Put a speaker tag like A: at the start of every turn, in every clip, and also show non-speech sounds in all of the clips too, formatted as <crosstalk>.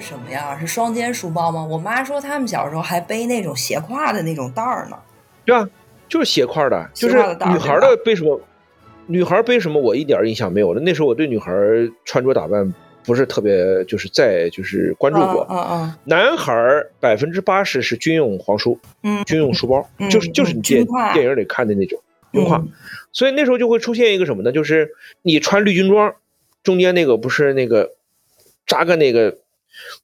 A: 什么呀？是双肩书包吗？我妈说他们小时候还背那种斜挎的那种袋儿呢。
B: 对啊，就是斜挎的，
A: 斜
B: 就
A: 挎
B: 是
A: 的袋儿
B: 女孩的背什么，女孩背什么，我一点印象没有了。那时候我对女孩穿着打扮不是特别，就是在就是关注过。
A: 嗯嗯
B: 男孩百分之八十是军用黄书，
A: 嗯
B: 军用书包，
A: 嗯
B: 就是就是你
A: 军
B: 电
A: 挎
B: 电影里看的那种军
A: 嗯，
B: 挎。所以那时候就会出现一个什么呢？就是你穿绿军装，中间那个不是那个扎个那个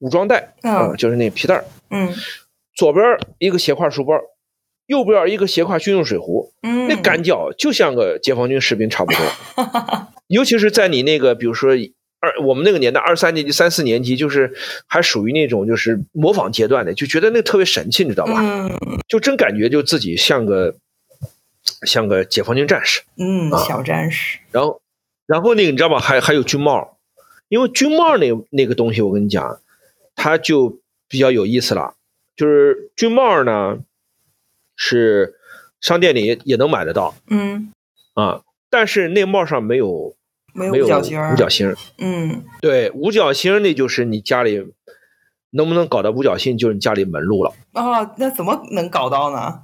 B: 武装带
A: 嗯
B: 啊、就是那皮带儿，
A: 嗯
B: 左边一个斜挎书包，右边一个斜挎军用水壶，
A: 嗯，
B: 那感觉就像个解放军士兵差不多。
A: <laughs>
B: 尤其是在你那个，比如说二我们那个年代，二三年级、三四年级，就是还属于那种就是模仿阶段的，就觉得那特别神气，你知道吧？
A: 嗯
B: 就真感觉就自己像个像个解放军战士。
A: 嗯
B: 啊
A: 小战士，
B: 然后，然后那个你知道吧？还还有军帽，因为军帽那那个东西，我跟你讲，它就比较有意思了。就是军帽呢，是商店里也也能买得到
A: 嗯，
B: 啊，但是那帽上没有
A: 没有
B: 没有
A: 五角星儿，
B: 五角星儿。
A: 嗯
B: 对，五角星儿那就是你家里能不能搞到五角星，就是你家里门路了。
A: 哦，那怎么能搞到呢？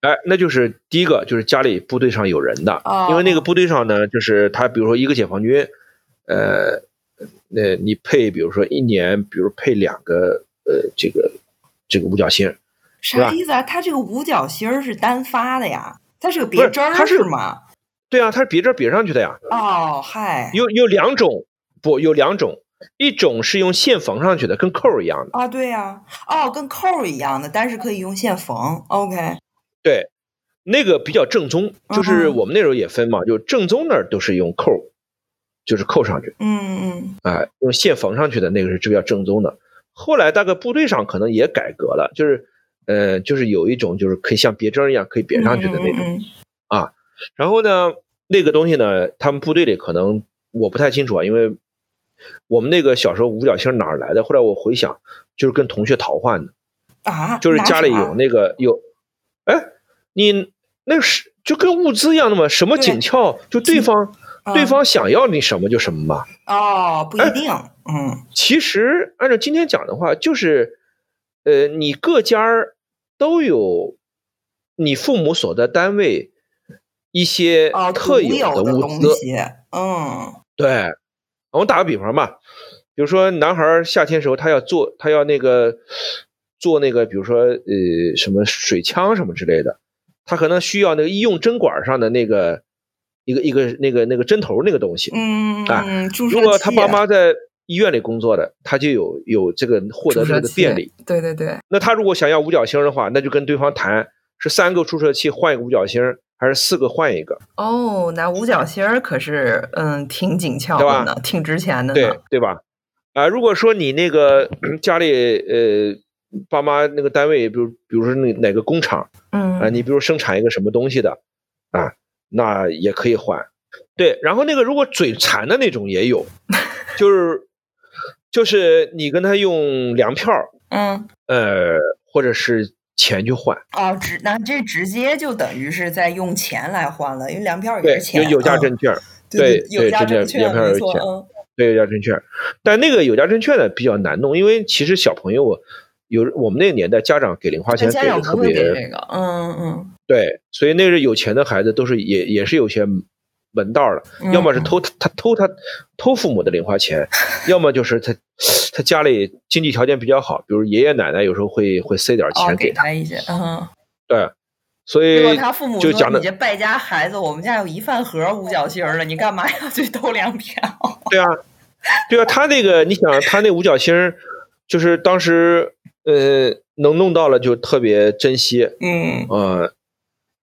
B: 哎，那就是第一个，就是家里部队上有人的，
A: 哦
B: 因为那个部队上呢，就是他，比如说一个解放军，呃，那你配，比如说一年，比如配两个，呃，这个这个五角星，是
A: 啥
B: 吧
A: 意思啊？它这个五角星儿是单发的呀？它是个
B: 不
A: 别
B: 是
A: 针儿
B: 它是
A: 吗？
B: 对啊，它是别这儿别上去的呀，
A: 哦，嗨，
B: 有有两种，不有两种，一种是用线缝上去的，跟扣儿一样的，
A: 啊，对呀、哦，跟扣儿一样的，但是可以用线缝。OK，
B: 对，那个比较正宗，就是
A: 嗯
B: 我们那时候也分嘛，就正宗那儿都是用扣儿，就是扣上去。
A: 嗯
B: 哎，用线缝上去的那个是比较正宗的。后来大概部队上可能也改革了，就是呃，就是有一种就是可以像别针儿一样可以别
A: 嗯，
B: 上去的那种。
A: 种。
B: 然后呢，那个东西呢，他们部队里可能我不太清楚啊，因为我们那个小时候五角星哪儿来的？后来我回想，就是跟同学淘换的，
A: 啊，
B: 就是
A: 拿
B: 家里
A: 啥
B: 有那个有，哎，你那是就跟物资一样的嘛，什么
A: 对
B: 紧俏，就对
A: 紧
B: 方对
A: 嗯
B: 方想要你什么就什么嘛。
A: 哦，不一
B: 哎
A: 定，嗯
B: 其实按照今天讲的话，就是，呃，你各家儿都有你父母所在单位一些
A: 哦，
B: 特
A: 独
B: 有
A: 有
B: 的
A: 的
B: 物
A: 东
B: 资。
A: 西，嗯
B: 对，我们打个比方吧，比如说男孩儿夏天时候他要做，他要那个做那个，比如说呃什么水枪什么之类的，他可能需要那个医用针管上的那个一个一个那个那个针头那个东西。
A: 嗯
B: 哎
A: 嗯，注射
B: 如果他
A: 器
B: 爸妈在医院里工作的，他就有有这个获得
A: 注射
B: 这个的
A: 器
B: 便利。，
A: 对对对，
B: 那他如果想要五角星的话，那就跟对方谈是三个注射器换一个五角星，还是四个换一个，
A: 哦，那五角星儿可是嗯挺紧俏
B: 对吧
A: 的呢，挺值钱的
B: <laughs> 对
A: 呢，
B: 对吧？啊、如果说你那个家里呃爸妈那个单位，比如比如说那哪个工厂啊、
A: 嗯
B: 你比如生产一个什么东西的啊，那也可以换。对，然后那个如果嘴馋的那种
A: <laughs>
B: 也有，就是就是你跟他用粮票儿
A: 嗯
B: 呃或者是钱去换。
A: 哦，直那这直接就等于是在用钱来换了，因为粮票
B: 对
A: 也是，钱，
B: 有有价
A: 嗯
B: 证券儿，
A: 对
B: 对
A: 有
B: 对
A: 价
B: 真的
A: 证券
B: 粮票
A: 没
B: 有
A: 错，
B: 钱
A: 嗯
B: 对有价证券，但那个有价证券呢比较难弄，因为其实小朋友有我们那个年代，家长给零花钱
A: 对，
B: 给
A: 家长
B: 的特
A: 不会给
B: 别
A: 这个，嗯
B: 对，所以那是有钱的孩子都是也也是有些门道儿的，
A: 嗯，
B: 要么是
A: 嗯
B: 偷他偷他偷父母的零
A: <laughs>
B: 花钱，要么就是他他家里经济条件比较好，比如爷爷奶奶有时候会会塞点儿
A: 哦
B: 钱
A: 给
B: 给他，
A: 他一些，嗯。
B: 对，所
A: 如果
B: 以
A: 他父母
B: 就
A: 说
B: 讲
A: 你
B: 的
A: 这败家孩子，我们家有一饭盒五角星儿了，你干嘛要去偷粮票？
B: 对啊，对啊，他那个你想，他那五角星儿，就是当时呃能弄到了就特别珍惜，
A: 嗯
B: 呃，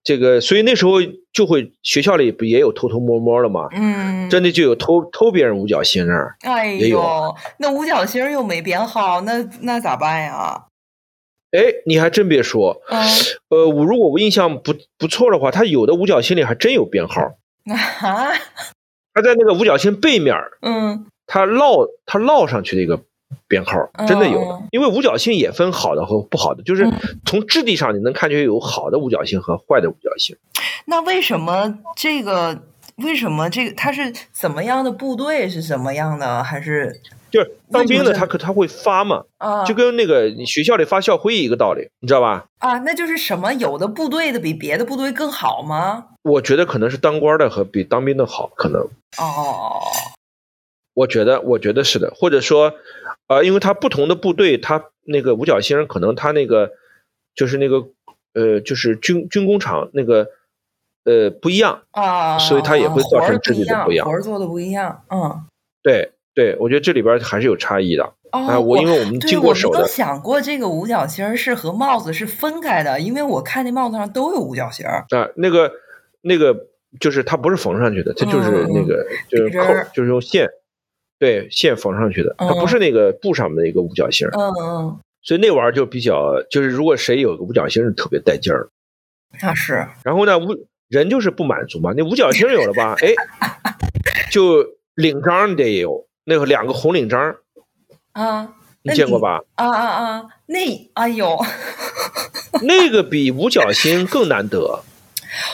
B: 这个所以那时候就会学校里不也有偷偷摸摸的嘛，
A: 嗯，
B: 真的就有偷偷别人五角星儿，
A: 哎
B: 也有
A: 呦，那五角星儿又没编号，那那咋办呀？
B: 哎，你还真别说，
A: 嗯， <laughs>
B: 呃，我如果我印象不不错的话，他有的五角星里还真有编号，
A: 那啊，
B: 他在那个五角星背面儿，
A: 嗯，
B: 他烙他烙上去的一个编号，真的有的。
A: 嗯
B: 因为五角星也分好的和不好的，就是从质地上你能看出有好的五角星和坏的五角星。
A: 那为什么这个？为什么这个？他是怎么样的部队？是什么样的？还是
B: 就是当兵的
A: 为什么
B: 他可他会发嘛，
A: 啊，
B: 就跟那个你学校里发校徽一个道理，你知道吧？
A: 啊，那就是什么？有的部队的比别的部队更好吗？
B: 我觉得可能是当官的和比当兵的好，可能
A: 哦，
B: 我觉得我觉得是的，或者说，呃，因为他不同的部队，他那个五角星可能他那个就是那个呃就是军军工厂那个呃不一样，
A: 啊，
B: 所以它也会造成质地的
A: 不
B: 不一样
A: 活儿做的不一样，嗯。
B: 对对，我觉得这里边还是有差异的。
A: 哦，
B: 哎，我因为我们
A: 对
B: 经过手
A: 我没
B: 的
A: 有，想过这个五角星儿是和帽子是分开的，因为我看那帽子上都有五角星儿。
B: 啊，那个那个就是它不是缝上去的，它
A: 嗯
B: 就是那个、就是扣
A: 别针，
B: 就是用线，对线缝上去的，它
A: 嗯
B: 不是那个布上面的一个五角星儿，
A: 嗯嗯，
B: 所以那玩意儿就比较就是如果谁有个五角星儿特别带劲儿。
A: 那是
B: 然后呢，五人就是不满足嘛，那五角星有了吧， <laughs> 哎，就领章你得有那个两个红领章，
A: 啊
B: 你见
A: <laughs>
B: 过吧？
A: 啊啊啊，那哎呦， <laughs>
B: 那个比五角星更难得。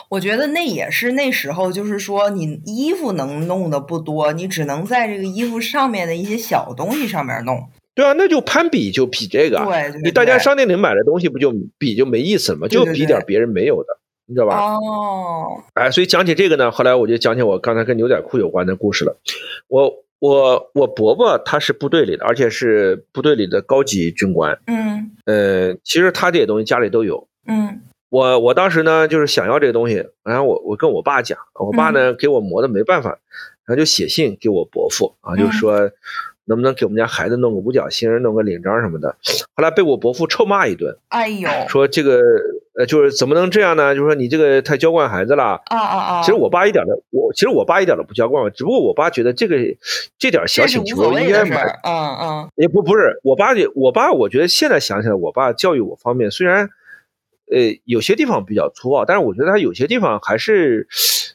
A: 我觉得那也是那时候，就是说你衣服能弄的不多，你只能在这个衣服上面的一些小东西上面弄。
B: 对啊，那就攀比就比这个，
A: 对，对
B: 啊你大家
A: 对
B: 商店里买的东西不就比就没意思了吗？
A: 对
B: 就
A: 对
B: 比点别人没有的，你知道吧？
A: 哦，
B: 哎，所以讲起这个呢，后来我就讲起我刚才跟牛仔裤有关的故事了。我我我伯伯他是部队里的，而且是部队里的高级军官。
A: 嗯
B: 呃，其实他这些东西家里都有，
A: 嗯
B: 我我当时呢就是想要这个东西，然后我我跟我爸讲，我爸
A: 嗯
B: 呢给我磨的没办法，然后就写信给我伯父啊，
A: 嗯
B: 就说能不能给我们家孩子弄个五角星，弄个领章什么的。后来被我伯父臭骂一顿，
A: 哎呦，
B: 说这个呃就是怎么能这样呢？就说你这个太娇惯孩子了。
A: 啊啊啊！
B: 其实我爸一点都我其实我爸一点都不娇惯，只不过我爸觉得这个这点小
A: 这是
B: 请
A: 无所
B: 求
A: 谓
B: 应该
A: 的事
B: 买
A: 儿，嗯嗯
B: 也不不是我爸也，我爸我觉得现在想起来，我爸教育我方面虽然，呃，有些地方比较粗暴，但是我觉得他有些地方还是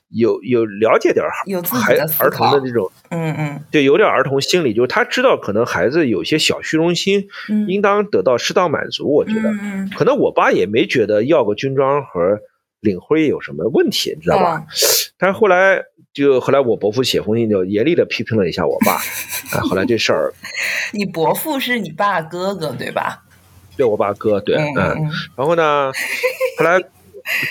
B: 有有了解点儿
A: 有自己
B: 孩
A: 的思
B: 儿童
A: 考
B: 的这种，
A: 嗯嗯
B: 对，有点儿儿童心理，就是他知道可能孩子有些小虚荣心，
A: 嗯，
B: 应当得到适当满足。我觉得，
A: 嗯嗯
B: 可能我爸也没觉得要个军装和领徽有什么问题，你知道吧？
A: 嗯
B: 但是后来就后来我伯父写封信就严厉的批评了一下我
A: <laughs>
B: 爸，啊，后来这事儿
A: 你伯父是你爸哥哥对吧？
B: 对我爸哥对，
A: 嗯
B: 嗯。
A: 嗯
B: 然
A: <laughs>
B: 后呢，后来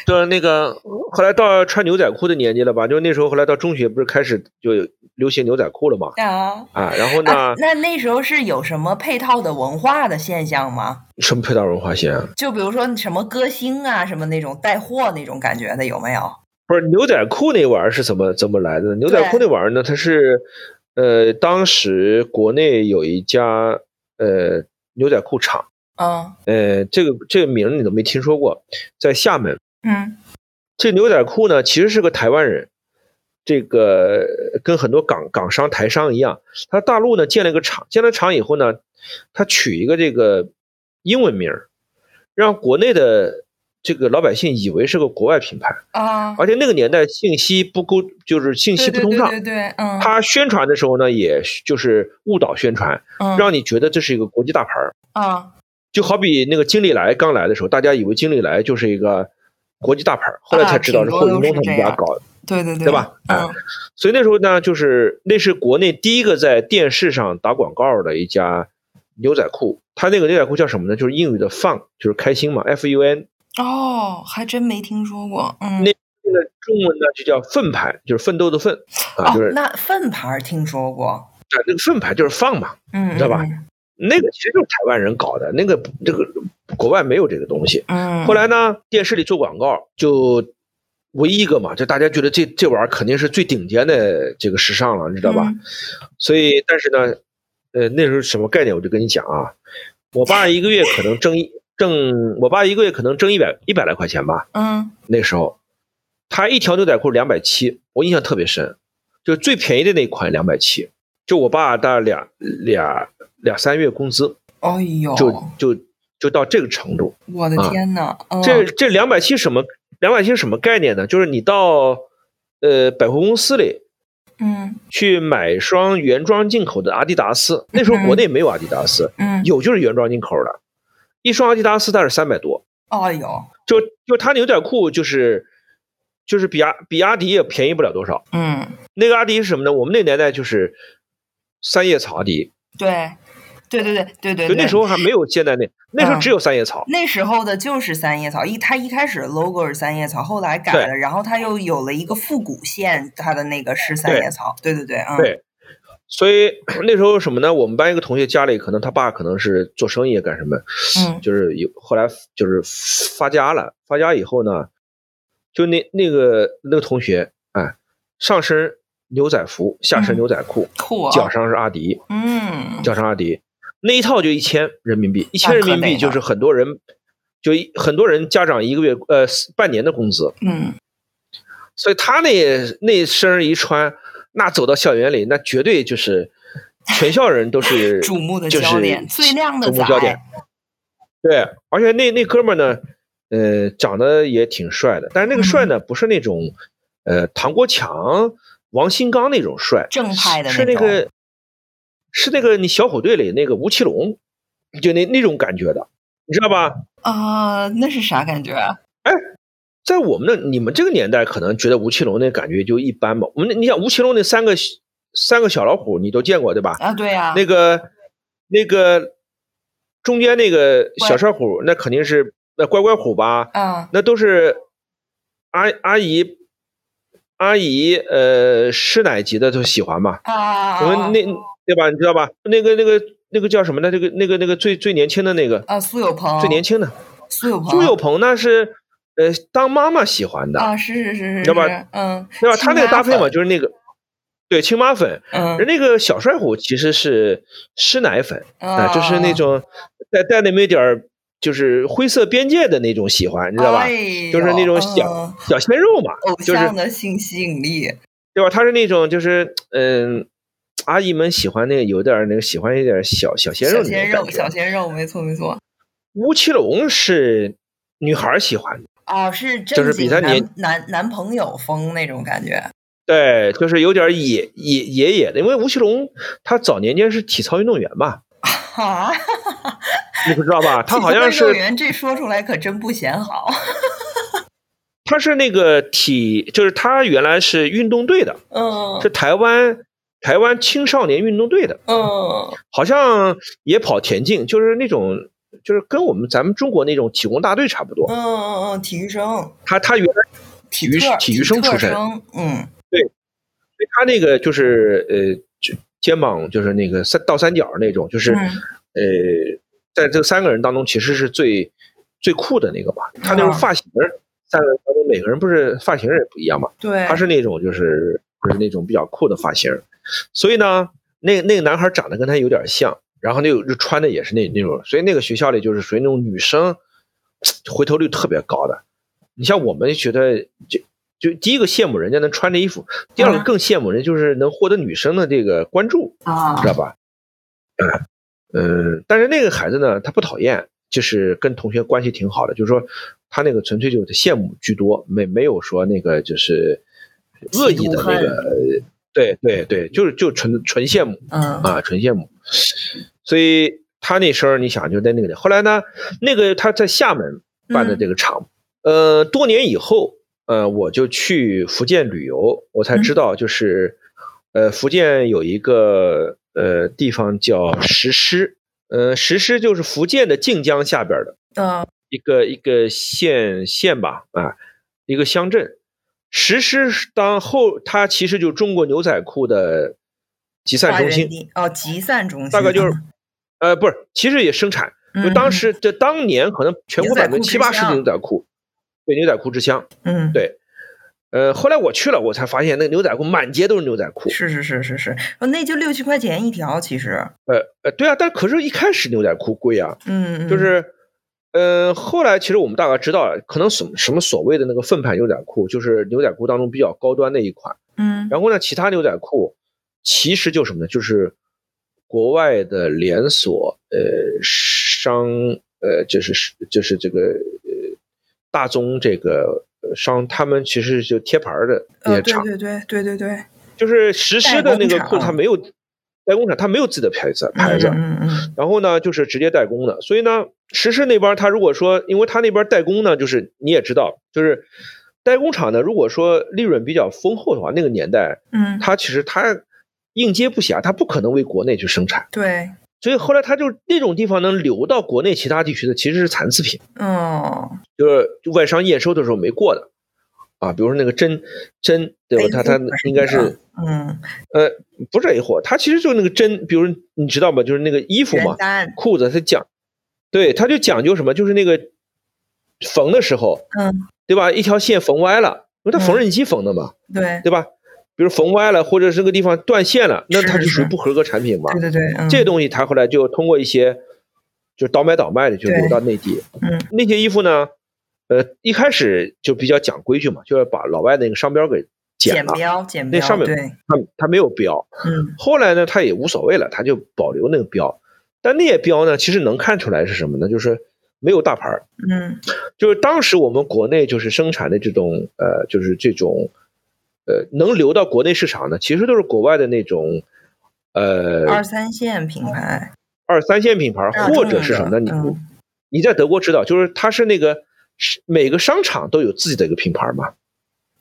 B: 的那个，后来到穿牛仔裤的年纪了吧？就那时候，后来到中学不是开始就有流行牛仔裤了嘛？
A: 嗯啊。
B: 啊，然后呢，
A: 啊，那那时候是有什么配套的文化的现象吗？
B: 什么配套文化线啊？
A: 就比如说什么歌星啊，什么那种带货那种感觉的有没有？
B: 不是牛仔裤那玩意儿是怎么怎么来的呢？牛仔裤
A: 对
B: 那玩意儿呢，它是呃，当时国内有一家呃牛仔裤厂，
A: 嗯
B: 呃，这个这个名儿你都没听说过，在厦门。
A: 嗯
B: 这牛仔裤呢，其实是个台湾人，这个呃跟很多港港商、台商一样，他大陆呢建了一个厂，建了厂以后呢，他取一个这个英文名儿，让国内的这个老百姓以为是个国外品牌，
A: 啊，
B: 而且那个年代信息不沟，就是信息
A: 对对
B: 不通
A: 对
B: 畅。
A: 对对，嗯，
B: 他宣传的时候呢，也就是误导宣传，
A: 嗯
B: 让你觉得这是一个国际大牌儿。
A: 啊
B: 就好比那个金利来刚来的时候，大家以为金利来就是一个国际大牌儿，后来
A: 啊
B: 才知道是
A: 挺多
B: 霍云
A: 都
B: 东
A: 是
B: 他们
A: 这
B: 家
A: 样
B: 搞的。
A: 对对对，
B: 对吧哎
A: 嗯
B: 所以那时候呢，就是那是国内第一个在电视上打广告的一家牛仔裤，它那个牛仔裤叫什么呢？就是英语的 fun，就是开心嘛，F U N。
A: 哦，还真没听说过，嗯
B: 那那个中文呢就叫奋牌，就是奋斗的奋啊，
A: 哦
B: 就是，
A: 那粪牌儿听说过，
B: 啊那个奋牌就是放嘛，
A: 嗯，
B: 知道吧
A: 嗯？
B: 那个其实就是台湾人搞的，那个这个国外没有这个东西。
A: 嗯，
B: 后来呢，电视里做广告就唯一一个嘛，就大家觉得这这玩意儿肯定是最顶尖的这个时尚了，你知道吧？
A: 嗯
B: 所以，但是呢，呃，那时候什么概念？我就跟你讲啊，我爸一个月可能挣一挣，我爸一个月可能挣一百一百来块钱吧。
A: 嗯
B: 那时候，他一条牛仔裤两百七，我印象特别深，就最便宜的那款两百七，就我爸大概俩俩俩三月工资，
A: 哎呦，
B: 就就就到这个程度。
A: 我的
B: 啊
A: 天呐，嗯
B: 这这两百七什么两百七什么概念呢？就是你到呃百货公司里
A: 嗯
B: 去买双原装进口的阿迪达斯，那时候国内没有阿迪达斯，
A: 嗯，
B: 有就是原装进口的，一双阿迪达斯它是三百多，
A: 哎呦，
B: 就就它牛仔裤就是就是比阿比阿迪也便宜不了多少。
A: 嗯
B: 那个阿迪是什么呢？我们那年代就是三叶草阿迪，
A: 对，对对对对对
B: 就那时候还没有现在那，那时候只有三叶草。
A: 那时候的就是三叶草，一它一开始 logo 是三叶草，后来改
B: 对
A: 了，然后它又有了一个复古线，它的那个是三
B: 对
A: 叶草，对对对，嗯，
B: 对，所以 <clears throat> 那时候什么呢？我们班一个同学家里可能他爸可能是做生意啊干什么，
A: 嗯
B: 就是有后来就是发家了，发家以后呢，就那那个那个同学，哎，上身牛仔服，下身
A: 嗯
B: 牛仔裤，
A: 酷啊，
B: 脚上是阿迪，
A: 嗯，
B: 脚上阿迪，那一套就一千人民币，一千
A: 那
B: 人
A: 可
B: 民
A: 得
B: 币就
A: 了
B: 是很多人，就一很多人家长一个月呃半年的工资，
A: 嗯，
B: 所以他那那身儿一穿，那走到校园里，那绝对就是全校人都
A: <laughs>
B: 是
A: 瞩目的
B: 就是
A: 焦点，最亮的
B: 瞩目焦点
A: 仔，。
B: 对，而且那那哥们儿呢，呃，长得也挺帅的，但是那个帅呢，
A: 嗯
B: 不是那种呃唐国强、王新刚那种帅，
A: 正派的
B: 是
A: 那
B: 那个是那个你小虎队里那个吴奇隆，就那那种感觉的，你知道吧？
A: 啊，那是啥感觉啊？
B: 在我们那你们这个年代，可能觉得吴奇隆那感觉就一般吧。我们那你想吴奇隆那三个三个小老虎，你都见过对吧？
A: 啊，对呀，
B: 那个那个中间那个小帅虎，那肯定是那乖乖虎吧？
A: 啊，
B: 那都是阿阿姨阿姨呃师奶级的都喜欢嘛。
A: 啊啊
B: 我
A: 啊啊
B: 们那对吧？你知道吧？那个那个那个叫什么呢？那个那个那个最最年轻的那个
A: 啊，苏有朋，
B: 最年轻的
A: 苏有朋，
B: 苏有朋，那是呃当妈妈喜欢的。
A: 啊，是是是是，
B: 要不
A: 是嗯，
B: 对吧？
A: 亲
B: 他那个
A: 妈
B: 搭配嘛，
A: 粉，
B: 就是那个对青妈粉，人
A: 嗯，
B: 那个小帅虎其实是师奶粉啊、
A: 啊，
B: 就是那种带带那么一点儿就是灰色边界的那种喜欢，你
A: 你
B: 知道吧？就是那种小、
A: 哎嗯
B: 小鲜肉嘛，
A: 偶
B: 就是
A: 像的性吸引力，
B: 对吧？他是那种就是嗯，阿姨们喜欢那个有点儿那个喜欢一点儿小小鲜
A: 小
B: 肉那
A: 鲜
B: 种
A: 肉，
B: 感
A: 小
B: 觉。
A: 鲜肉，没错没错。
B: 吴奇隆是女孩儿喜欢的，
A: 哦，是正
B: 就是比
A: 经
B: 他
A: 男
B: 年
A: 男男朋友风那种感觉。
B: 对，就是有点儿野野野野的，因为吴奇隆他早年间是体操运动员嘛。
A: 哈，
B: 你不知道吧？他好像
A: 体操运动
B: 是
A: 员，这说出来可真不显好。
B: 他是那个体，就是他原来是运动队的，
A: 嗯
B: 是台湾台湾青少年运动队的，
A: 嗯
B: 好像也跑田径，就是那种就是跟我们咱们中国那种体工大队差不
A: 嗯
B: 多。
A: 嗯嗯，体育生，
B: 他他原来体育
A: 特
B: 体育生
A: 特
B: 出身
A: 嗯
B: 他那个就是呃就肩膀就是那个三倒三角那种，就是、
A: 嗯
B: 呃在这三个人当中其实是最最酷的那个吧。他那种
A: 啊
B: 发型儿，三个人当中每个人不是发型儿也不一样嘛。
A: 对，
B: 他是那种就是就是那种比较酷的发型儿，所以呢，那那个男孩长得跟他有点像，然后那个就穿的也是那那种，所以那个学校里就是属于那种女生回头率特别高的。你像我们觉得就就第一个羡慕人家能穿着衣服，第二个
A: 嗯
B: 更羡慕人就是能获得女生的这个关注，
A: 啊
B: 知道吧？嗯嗯，但是那个孩子呢，他不讨厌，就是跟同学关系挺好的，就是说他那个纯粹就是羡慕居多，没没有说那个就是恶意的那
A: 嫉妒
B: 个，呃对对对，就是就纯纯羡慕
A: 嗯
B: 啊，纯羡慕。所以他那时候你想就在那个地，后来呢，那个他在厦门办的这个厂，
A: 嗯
B: 呃，多年以后，呃，我就去福建旅游，我才
A: 嗯
B: 知道就是，呃，福建有一个呃地方叫石狮，呃，石狮就是福建的靖江下边的
A: 嗯
B: 一个一个县县吧，啊，一个乡镇。石狮当后，它其实就是中国牛仔裤的集散
A: 华
B: 中
A: 人
B: 心，
A: 地哦，集散中心嗯
B: 大概就是，呃，不是，其实也生产，就当时这当年可能全国
A: 牛仔
B: 百分
A: 裤
B: 之七
A: 之
B: 八十的
A: 乡
B: 牛仔裤，对牛仔裤之乡，
A: 嗯嗯
B: 对呃，后来我去了，我才发现那个牛仔裤满街都是牛仔裤，
A: 是是是是是，哦那就六七块钱一条，其实
B: 呃呃，对啊，但可是一开始牛仔裤贵啊，
A: 嗯
B: 就
A: 嗯
B: 是，呃，后来其实我们大概知道了，可能什么什么所谓的那个粪牌牛仔裤，就是牛仔裤当中比较高端的一款，
A: 嗯
B: 然后呢，其他牛仔裤其实就是什么呢？就是国外的连锁呃商呃，就是就是这个呃大宗这个呃商，他们其实就贴牌儿的那
A: 呃
B: 些
A: 对
B: 厂，
A: 对对对对对，
B: 就是实施的那个
A: 代
B: 裤，
A: 工厂啊
B: 它没有代工厂，它没有自己的牌子牌子。
A: 嗯嗯嗯
B: 然后呢，就是直接代工的。所以呢，实施那边儿他如果说，因为他那边儿代工呢，就是你也知道，就是代工厂呢，如果说利润比较丰厚的话，那个年代
A: 嗯嗯
B: 他其实他应接不暇，它不可能为国内去生产。
A: 对，
B: 所以后来它就那种地方能流到国内其他地区的其实是残次品，
A: 嗯，
B: 就是外商验收的时候没过的啊，比如说那个针针，对吧？它它应该是
A: 嗯，
B: 呃不是 A 货，它其实就是那个针，比如你知道吗？就是那个衣服嘛
A: 原，单，
B: 裤子它讲，对，它就讲究什么？就是那个缝的时候，
A: 嗯，
B: 对吧？一条线缝歪了，因为它
A: 嗯
B: 缝纫机缝的嘛，
A: 对，
B: 对吧？比如缝歪了，或者是这个地方断线了，那它
A: 是
B: 就属于
A: 是
B: 不合格产品嘛。
A: 对对对，嗯，
B: 这东西它后来就通过一些就倒买倒卖的，就
A: 对
B: 流到内地。
A: 嗯，
B: 那些衣服呢，呃，一开始就比较讲规矩嘛，就要把老外那个商标给剪
A: 剪
B: 了，
A: 标，剪
B: 那
A: 标，
B: 上面
A: 对，
B: 它它没有标。
A: 嗯，
B: 后来呢，它也无所谓了，它就保留那个标。但那些标呢，其实能看出来是什么呢？就是没有大牌儿，
A: 嗯，
B: 就是当时我们国内就是生产的这种呃，就是这种呃，能流到国内市场的，其实都是国外的那种呃
A: 二三线品牌，
B: 二三线品牌，
A: 大
B: 或
A: 众
B: 者是
A: 的
B: 什么呢？你
A: 嗯
B: 你在德国知道，就是它是那个是每个商场都有自己的一个品牌嘛，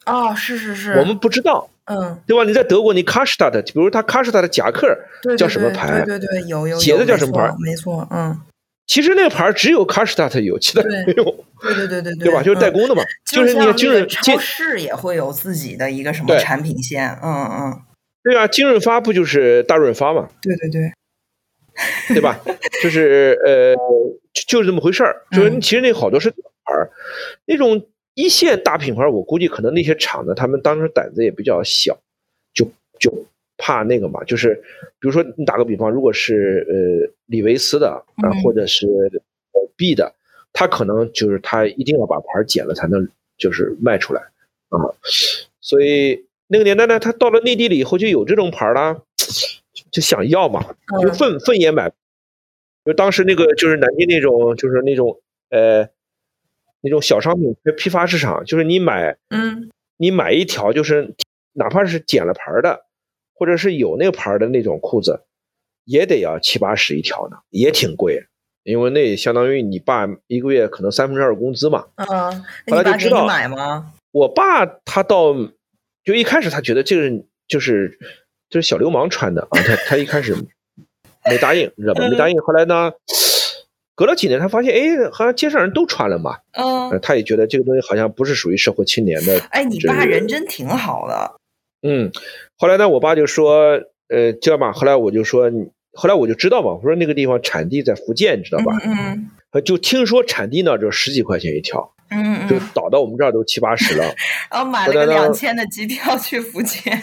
A: 哦，是是是，
B: 我们不知道，
A: 嗯，
B: 对吧？你在德国，你 Kasta 的，比如它 Kasta 的夹克，
A: 对，对
B: 叫什么
A: 对
B: 牌
A: 对对对，有有
B: 鞋
A: 有
B: 子叫
A: 没
B: 什么
A: 错
B: 牌
A: 没错，嗯，
B: 其实那个牌只有 Kasta 有，其 <laughs> 他
A: 对
B: 没有，
A: 对对对对对，
B: 对吧？就是代
A: 嗯
B: 工的嘛，
A: 就是像
B: 你
A: 那
B: 看金润
A: 个超
B: 金，
A: 市也会有自己的一个什么
B: 对
A: 产品线，嗯嗯，
B: 对啊，金润发不就是大润发嘛，
A: 对对对，
B: 对吧？就是呃，就就是这么回事儿。就是
A: 嗯
B: 其实那好多是大牌儿，那种一线大品牌儿，我估计可能那些厂子他们当时胆子也比较小，就就怕那个嘛。就是比如说你打个比方，如果是呃李维斯的啊、
A: 嗯
B: 或者是呃 B 的，他可能就是他一定要把牌儿剪了才能就是卖出来啊。所以那个年代呢，他到了内地了以后就有这种牌儿啦，就想要嘛。就
A: 嗯
B: 粪粪也买，就当时那个就是南京那种就是那种呃那种小商品批发市场，就是你买
A: 嗯
B: 你买一条就是哪怕是剪了牌儿的，或者是有那个牌儿的那种裤子，也得要七八十一条呢，也挺贵，因为那也相当于你爸一个月可能三分之二工资嘛。
A: 嗯，
B: 后
A: 那你
B: 来就
A: 爸
B: 知
A: 给
B: 道
A: 你买吗？
B: 我爸他到就一开始他觉得这个人就是就是小流氓穿的啊，他他一开始没答应，你知道吧？没答应。
A: 嗯
B: 后来呢，隔了几年，他发现哎，好像街上人都穿了嘛，呃
A: 嗯，
B: 他也觉得这个东西好像不是属于社会青年的，
A: 哎，你
B: 这
A: 爸
B: 个
A: 人真挺好的，
B: 嗯。后来呢，我爸就说，呃，这样吧，后来我就说，你后来我就知道嘛，我说那个地方产地在福建，你知道吧？
A: 嗯
B: 呃就听说产地呢就十几块钱一条，
A: 嗯嗯
B: 就
A: 嗯，
B: 倒到我们这儿都七八十了。
A: 然后买
B: 后
A: 了个
B: 来呢
A: 两千的机票去福建，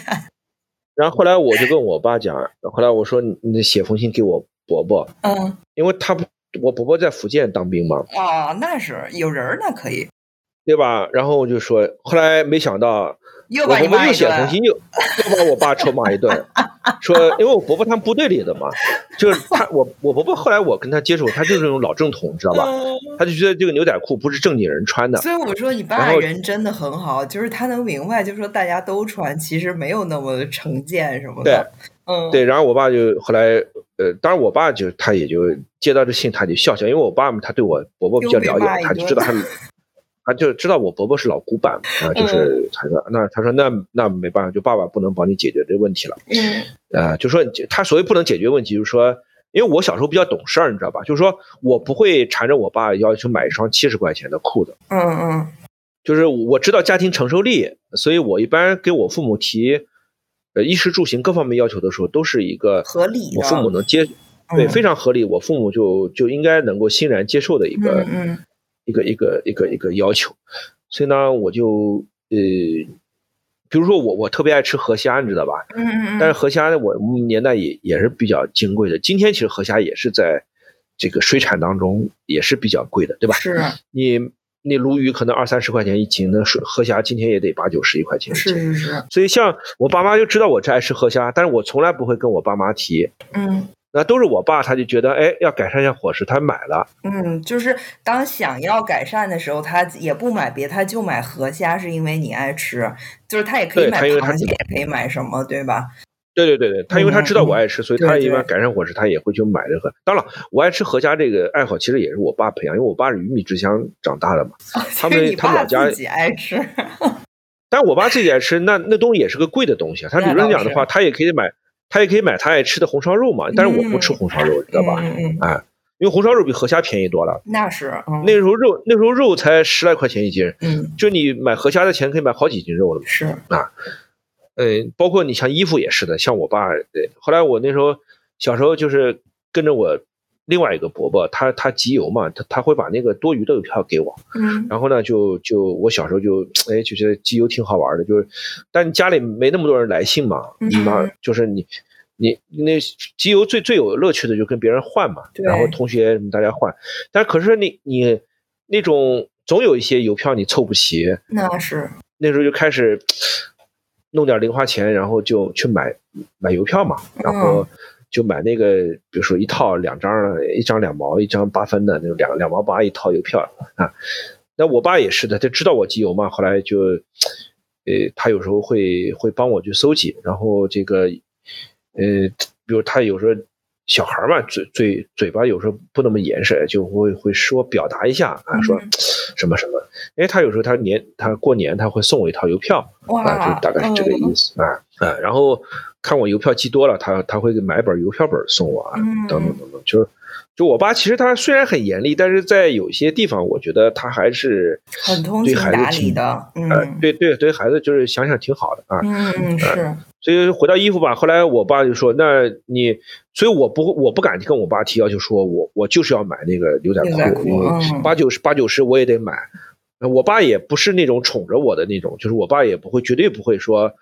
B: 然后后来
A: 嗯
B: 我就跟我爸讲，后来我说你你写封信给我伯伯，
A: 嗯，
B: 因为他不我伯伯在福建当兵嘛，
A: 哦，那是有人儿那可以，
B: 对吧？然后我就说，后来没想到
A: 又
B: 我
A: 把
B: 伯
A: 你
B: 伯
A: 骂
B: 又
A: 一
B: 写
A: 顿
B: 封，信，又又把我爸臭骂
A: <laughs>
B: 一顿，说因为我伯伯他们部队里的嘛，就是他我我伯伯后来我跟他接触，他就是那种老正统，知道吧？
A: 嗯
B: 他就觉得这个牛仔裤不是正经人穿的，
A: 所以我说你
B: 然
A: 爸
B: 后
A: 人真的很好，就是他能明白，就是说大家都穿，其实没有那么成见什么的。嗯，
B: 对，然后我爸就后来，呃，当然我爸就他也就接到这信，他就笑笑，因为我爸嘛，他对我伯伯比较了
A: 又被骂
B: 解，
A: 一
B: 他就知道他，他就知道我伯伯是老古板啊，就是他说那他说那那没办法，就爸爸不能帮你解决这个问题了，
A: 嗯
B: 啊，就说他所谓不能解决问题，就是说。因为我小时候比较懂事儿，你知道吧？就是说我不会缠着我爸要求买一双七十块钱的裤子，
A: 嗯嗯，
B: 就是我知道家庭承受力，所以我一般给我父母提，呃，衣食住行各方面要求的时候，都是一个
A: 合理的。
B: 我父母能接，对，非常合理。我父母就就应该能够欣然接受的一个、
A: 嗯嗯
B: 一个一个一个一个要求。所以呢，我就呃，比如说我我特别爱吃河虾，你知道吧？
A: 嗯嗯嗯，
B: 但是河虾呢，我们年代也也是比较金贵的。今天其实河虾也是在这个水产当中也是比较贵的，对吧？
A: 是
B: 你你鲈鱼可能二三十块钱一斤，那水河虾今天也得八九十一块钱一
A: 是是
B: 斤。
A: 是，
B: 所以像我爸妈就知道我这爱吃河虾，但是我从来不会跟我爸妈提，
A: 嗯
B: 那都是我爸，他就觉得哎，要改善一下伙食，他买了。
A: 嗯，就是当想要改善的时候，他也不买别，他就买河虾，是因为你爱吃，就是他也可以
B: 对
A: 买
B: 他因为他
A: 螃蟹，也可以买什么，对吧？
B: 对对对对，他因为他知道我爱吃，所以他
A: 嗯对对
B: 一般改善伙食，他也会去买这个。当然了，我爱吃河虾这个爱好，其实也是我爸培养，因为我爸是鱼米之乡长大的嘛。 <laughs> 他们
A: 所以你
B: 他们
A: 爸
B: 老家
A: 自己爱吃，
B: 但我爸自己爱吃，那那东西也是个贵的东西啊。他理论讲的话，他也可以买，他也可以买他爱吃的红烧肉嘛。但是我不吃
A: 嗯
B: 红烧肉，知道吧？
A: 嗯嗯，
B: 哎，因为红烧肉比河虾便宜多了。
A: 那是，嗯
B: 那时候肉那时候肉才十来块钱一斤，
A: 嗯
B: 就你买河虾的钱可以买好几斤肉了嘛。
A: 是，
B: 嗯，包括你像衣服也是的，像我爸，对，后来我那时候小时候就是跟着我另外一个伯伯，他他集邮嘛，他他会把那个多余的邮票给我，
A: 嗯
B: 然后呢，就就我小时候就哎就觉得集邮挺好玩的，就是，但你家里没那么多人来信嘛，
A: 嗯
B: 你妈就是你。你那集邮最最有乐趣的就跟别人换嘛，
A: 对
B: 然后同学什么大家换，但可是你你那种总有一些邮票你凑不齐，
A: 那是，
B: 那时候就开始弄点零花钱，然后就去买买邮票嘛，然后就买那个，比如说一套两张的，一张两毛，一张八分的那种两两毛八一套邮票啊。那我爸也是的，他知道我集邮嘛，后来就，呃，他有时候会会帮我去搜集，然后这个，呃，比如他有时候小孩嘛，嘴嘴嘴巴有时候不那么严实，就会会说表达一下啊，说
A: 嗯
B: 什么什么，因为他有时候他年他过年他会送我一套邮票啊，
A: 嗯哇，
B: 就大概是这个意思啊啊，然后看我邮票寄多了，他他会买本邮票本送我啊，
A: 嗯，嗯
B: 等等等等，就是就我爸其实他虽然很严厉，但是在有些地方我觉得他还是
A: 很通
B: 对
A: 情
B: 孩子
A: 达
B: 挺
A: 理的，嗯
B: 呃对对对孩子就是想想挺好的啊，
A: 嗯嗯是，
B: 所以回到衣服吧，后来我爸就说：“那你，所以我不我不敢跟我爸提要求说，我我就是要买那个牛仔
A: 牛仔
B: 裤，
A: 裤
B: 因为
A: 嗯
B: 八九十八九十我也得买。呃我爸也不是那种宠着我的那种，就是我爸也不会绝对不会说，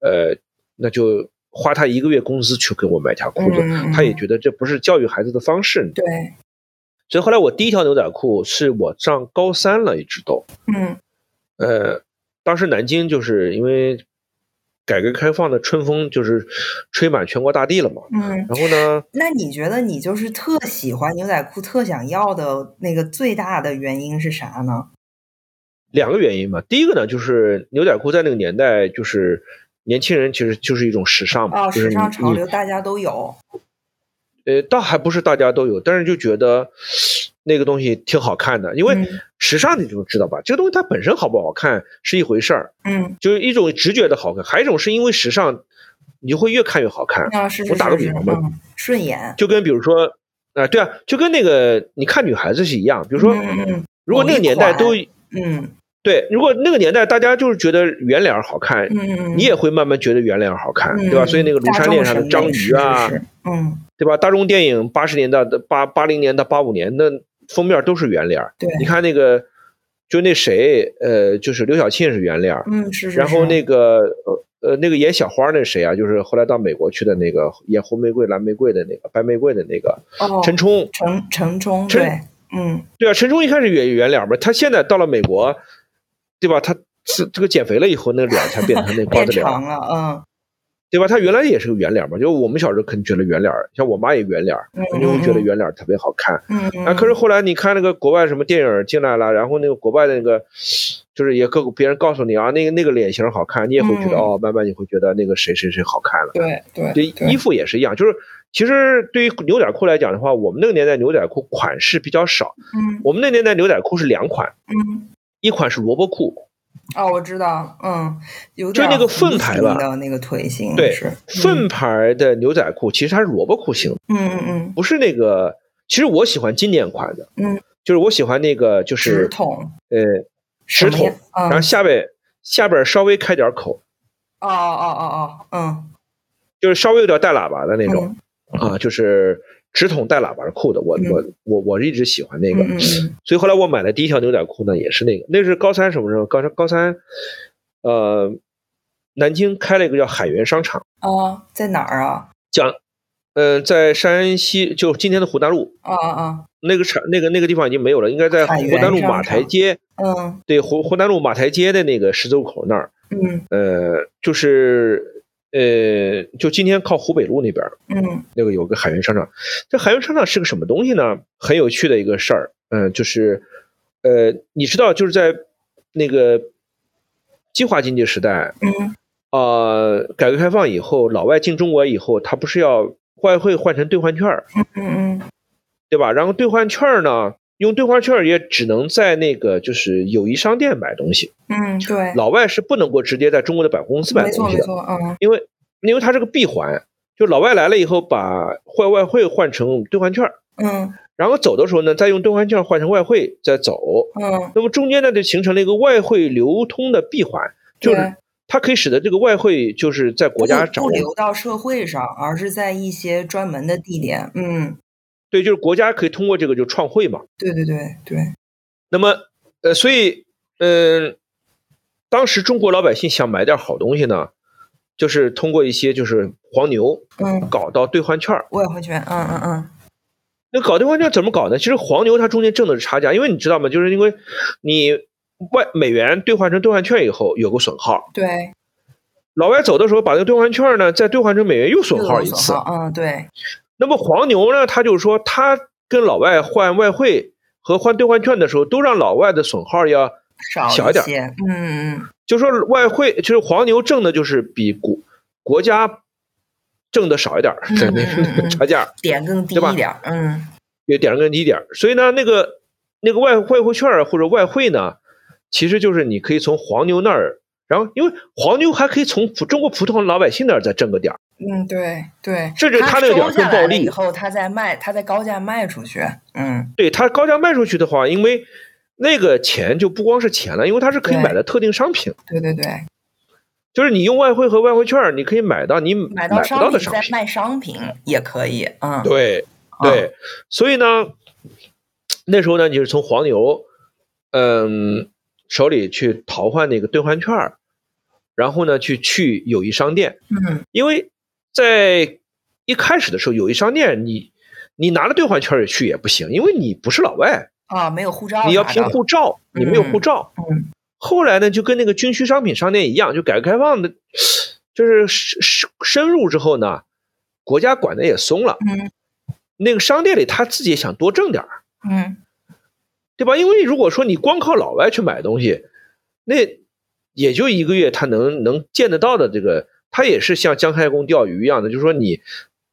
B: 呃，那就花他一个月工资去给我买条裤子。
A: 嗯，
B: 他也
A: 嗯
B: 觉得这不是教育孩子的方式。
A: 对，
B: 所以后来我第一条牛仔裤是我上高三了，一直都。
A: 嗯
B: 呃，当时南京就是因为改革开放的春风就是吹满全国大地了嘛。
A: 嗯。
B: 然后呢，
A: 那你觉得你就是特喜欢牛仔裤、特想要的那个最大的原因是啥呢？
B: 两个原因嘛，第一个呢就是牛仔裤在那个年代就是年轻人其实就是一种时尚嘛，
A: 啊，
B: 就
A: 时
B: 是你
A: 尚潮
B: 你
A: 流大家都有，
B: 呃，倒还不是大家都有，但是就觉得那个东西挺好看的，因
A: 嗯
B: 为时尚你就知道吧，这个东西它本身好不好看是一回事儿，
A: 嗯，
B: 就是一种直觉的好看，还有一种是因为时尚，你就会越看越好看。
A: 那是是
B: 我打
A: 是
B: 个
A: 是，
B: 比方吧
A: 嗯，顺眼，
B: 就跟比如说，啊、对啊，就跟那个你看女孩子是一样。比如说，
A: 嗯嗯
B: 如果那个年代都
A: 嗯
B: 对，如果那个年代大家就是觉得圆脸儿好看，
A: 嗯嗯，
B: 你也会慢慢觉得圆脸儿好看，对吧？
A: 嗯
B: 所以那个
A: 大
B: 庐山
A: 众
B: 恋上的
A: 审
B: 章
A: 美
B: 鱼
A: 是
B: 啊，
A: 是是嗯，
B: 对吧？大众电影八十年代的八八零年到八五年那封面都是圆脸儿。
A: 对，
B: 你看那个，就那谁，呃，就是刘晓庆是圆脸儿，
A: 嗯是是，
B: 然后
A: 是
B: 那个呃呃那个演小花儿那谁啊，就是后来到美国去的那个演红玫瑰、蓝玫瑰的那个白玫瑰的那个
A: 哦，
B: 陈冲。
A: 陈陈冲
B: 陈
A: 对，嗯
B: 对啊，陈冲一开始圆圆脸嘛，他现在到了美国，对吧？他这这个减肥了以后，那个脸才变
A: <laughs>
B: 成那瓜
A: 变
B: 子脸，
A: 长了，
B: 对吧？他原来也是个圆脸嘛，就我们小时候肯定觉得圆脸，像我妈也圆脸，
A: 嗯
B: 她就会觉得圆脸特别好看。
A: 嗯嗯，
B: 啊，可是后来你看那个国外什么电影进来了，然后那个国外的那个，就是也各别人告诉你啊，那个那个脸型好看，你也会觉得、
A: 嗯
B: 哦，慢慢你会觉得那个谁谁谁好看了。
A: 对对
B: 对，衣服也是一样，就是其实对于牛仔裤来讲的话，我们那个年代牛仔裤款式比较少，
A: 嗯
B: 我们那个年代牛仔裤是两款。
A: 嗯，
B: 一款是萝卜裤，
A: 哦，我知道，嗯，有
B: 就
A: 点
B: 那个
A: 弧
B: 凤牌
A: 形
B: 吧
A: 的那个腿型，
B: 对
A: 是，
B: 凤牌的牛仔裤，其实它是萝卜裤型，
A: 嗯嗯嗯，
B: 不是那个。其实我喜欢经典款的，
A: 嗯，
B: 就是我喜欢那个就
A: 直
B: 是
A: 筒，
B: 呃，
A: 什
B: 直
A: 么
B: 筒
A: 呀，嗯
B: 然后下边下边稍微开点口，
A: 哦哦哦哦，嗯，
B: 就是稍微有点带喇叭的那种
A: 嗯
B: 啊，就是直筒带喇叭的裤子。我
A: 嗯
B: 我我我一直喜欢那个
A: 嗯，嗯嗯
B: 所以后来我买的第一条牛仔裤呢，也是那个，那是高三什么时候？高三高三，呃，南京开了一个叫海源商场。
A: 啊，在哪儿啊？
B: 讲，嗯、在山西，就今天的湖南路
A: 啊啊
B: 那个厂，那个那个地方已经没有了，应该在
A: 海
B: 湖
A: 源
B: 南路
A: 商
B: 马台
A: 场
B: 街，
A: 啊，嗯
B: 对，湖湖南路马台街的那个十字路口那儿，
A: 嗯
B: 呃，就是呃，就今天靠湖北路那边儿
A: 嗯
B: 那个有个海源商场，这海源商场是个什么东西呢？很有趣的一个事儿，嗯、就是呃，你知道，就是在那个计划经济时代，
A: 嗯，
B: 呃，改革开放以后，老外进中国以后，他不是要外汇换成兑换券儿？
A: 嗯嗯
B: 对吧？然后兑换券儿呢，用兑换券儿也只能在那个就是友谊商店买东西，
A: 嗯，对，
B: 老外是不能够直接在中国的百货公司买啊
A: 没错
B: 东西
A: 没
B: 的，
A: 错，嗯
B: 因为因为它是个闭环，就老外来了以后，把换外汇换成兑换券儿，
A: 嗯
B: 然后走的时候呢，再用兑换券换成外汇再走。
A: 嗯，
B: 那么中间呢，就形成了一个外汇流通的闭环，就是
A: 对，
B: 它可以使得这个外汇就是在国家掌
A: 不
B: 握
A: 不，流到社会上，而是在一些专门的地点。嗯，
B: 对，就是国家可以通过这个就创汇嘛。
A: 对对对对，
B: 那么，呃，所以，嗯、当时中国老百姓想买点好东西呢，就是通过一些就是黄牛
A: 嗯，
B: 搞到兑换券儿。
A: 我也会捐。嗯嗯嗯，
B: 那搞兑换券怎么搞呢？其实黄牛它中间挣的是差价，因为你知道吗？就是因为你外美元兑换成兑换券以后有个损耗，
A: 对，
B: 老外走的时候把那个兑换券呢再兑换成美元又损耗一
A: 各种
B: 次
A: 损。耗嗯，对，
B: 那么黄牛呢，他就是说他跟老外换外汇和换兑换券的时候，都让老外的损耗要
A: 少
B: 小一点儿
A: 些。嗯嗯，
B: 就说外汇就是黄牛挣的就是比国国家挣的少一点儿，
A: 嗯
B: 对那
A: 嗯嗯
B: 个 <laughs> 差价
A: 点更低
B: 对吧
A: 一点儿。嗯
B: 也点儿更低一点儿。所以呢，那个那个外外汇券儿或者外汇呢，其实就是你可以从黄牛那儿，然后因为黄牛还可以从普中国普通老百姓那儿再挣个点儿，
A: 嗯，对对，
B: 甚至他那个点
A: 收
B: 儿
A: 下
B: 更
A: 来
B: 暴
A: 了以
B: 利。
A: 后，他再卖，他再高价卖出去。嗯，
B: 对他高价卖出去的话，因为那个钱就不光是钱了，因为它是可以
A: 对
B: 买的特定商品。
A: 对对对，
B: 就是你用外汇和外汇券儿，你可以买到你
A: 买
B: 买不
A: 到
B: 到
A: 商
B: 的
A: 品
B: 商
A: 再
B: 品。
A: 卖商品也可以。嗯，
B: 对
A: 嗯
B: 对，所以呢，那时候呢，你就是从黄牛，嗯，手里去淘换那个兑换券儿，然后呢，去去友谊商店，
A: 嗯，
B: 因为在一开始的时候，友谊商店你你拿了兑换券儿去也不行，因为你不是老外，
A: 啊，没有护照啥的，
B: 你要凭护照，你没有护
A: 嗯
B: 照。
A: 嗯
B: 后来呢，就跟那个军需商品商店一样，就改革开放的， <sniffs> 就是深深深入之后呢，国家管的也松了。
A: 嗯
B: 那个商店里他自己也想多挣点儿，
A: 嗯，
B: 对吧？因为如果说你光靠老外去买东西，那也就一个月他能能见得到的这个，他也是像姜太公钓鱼一样的，就是说你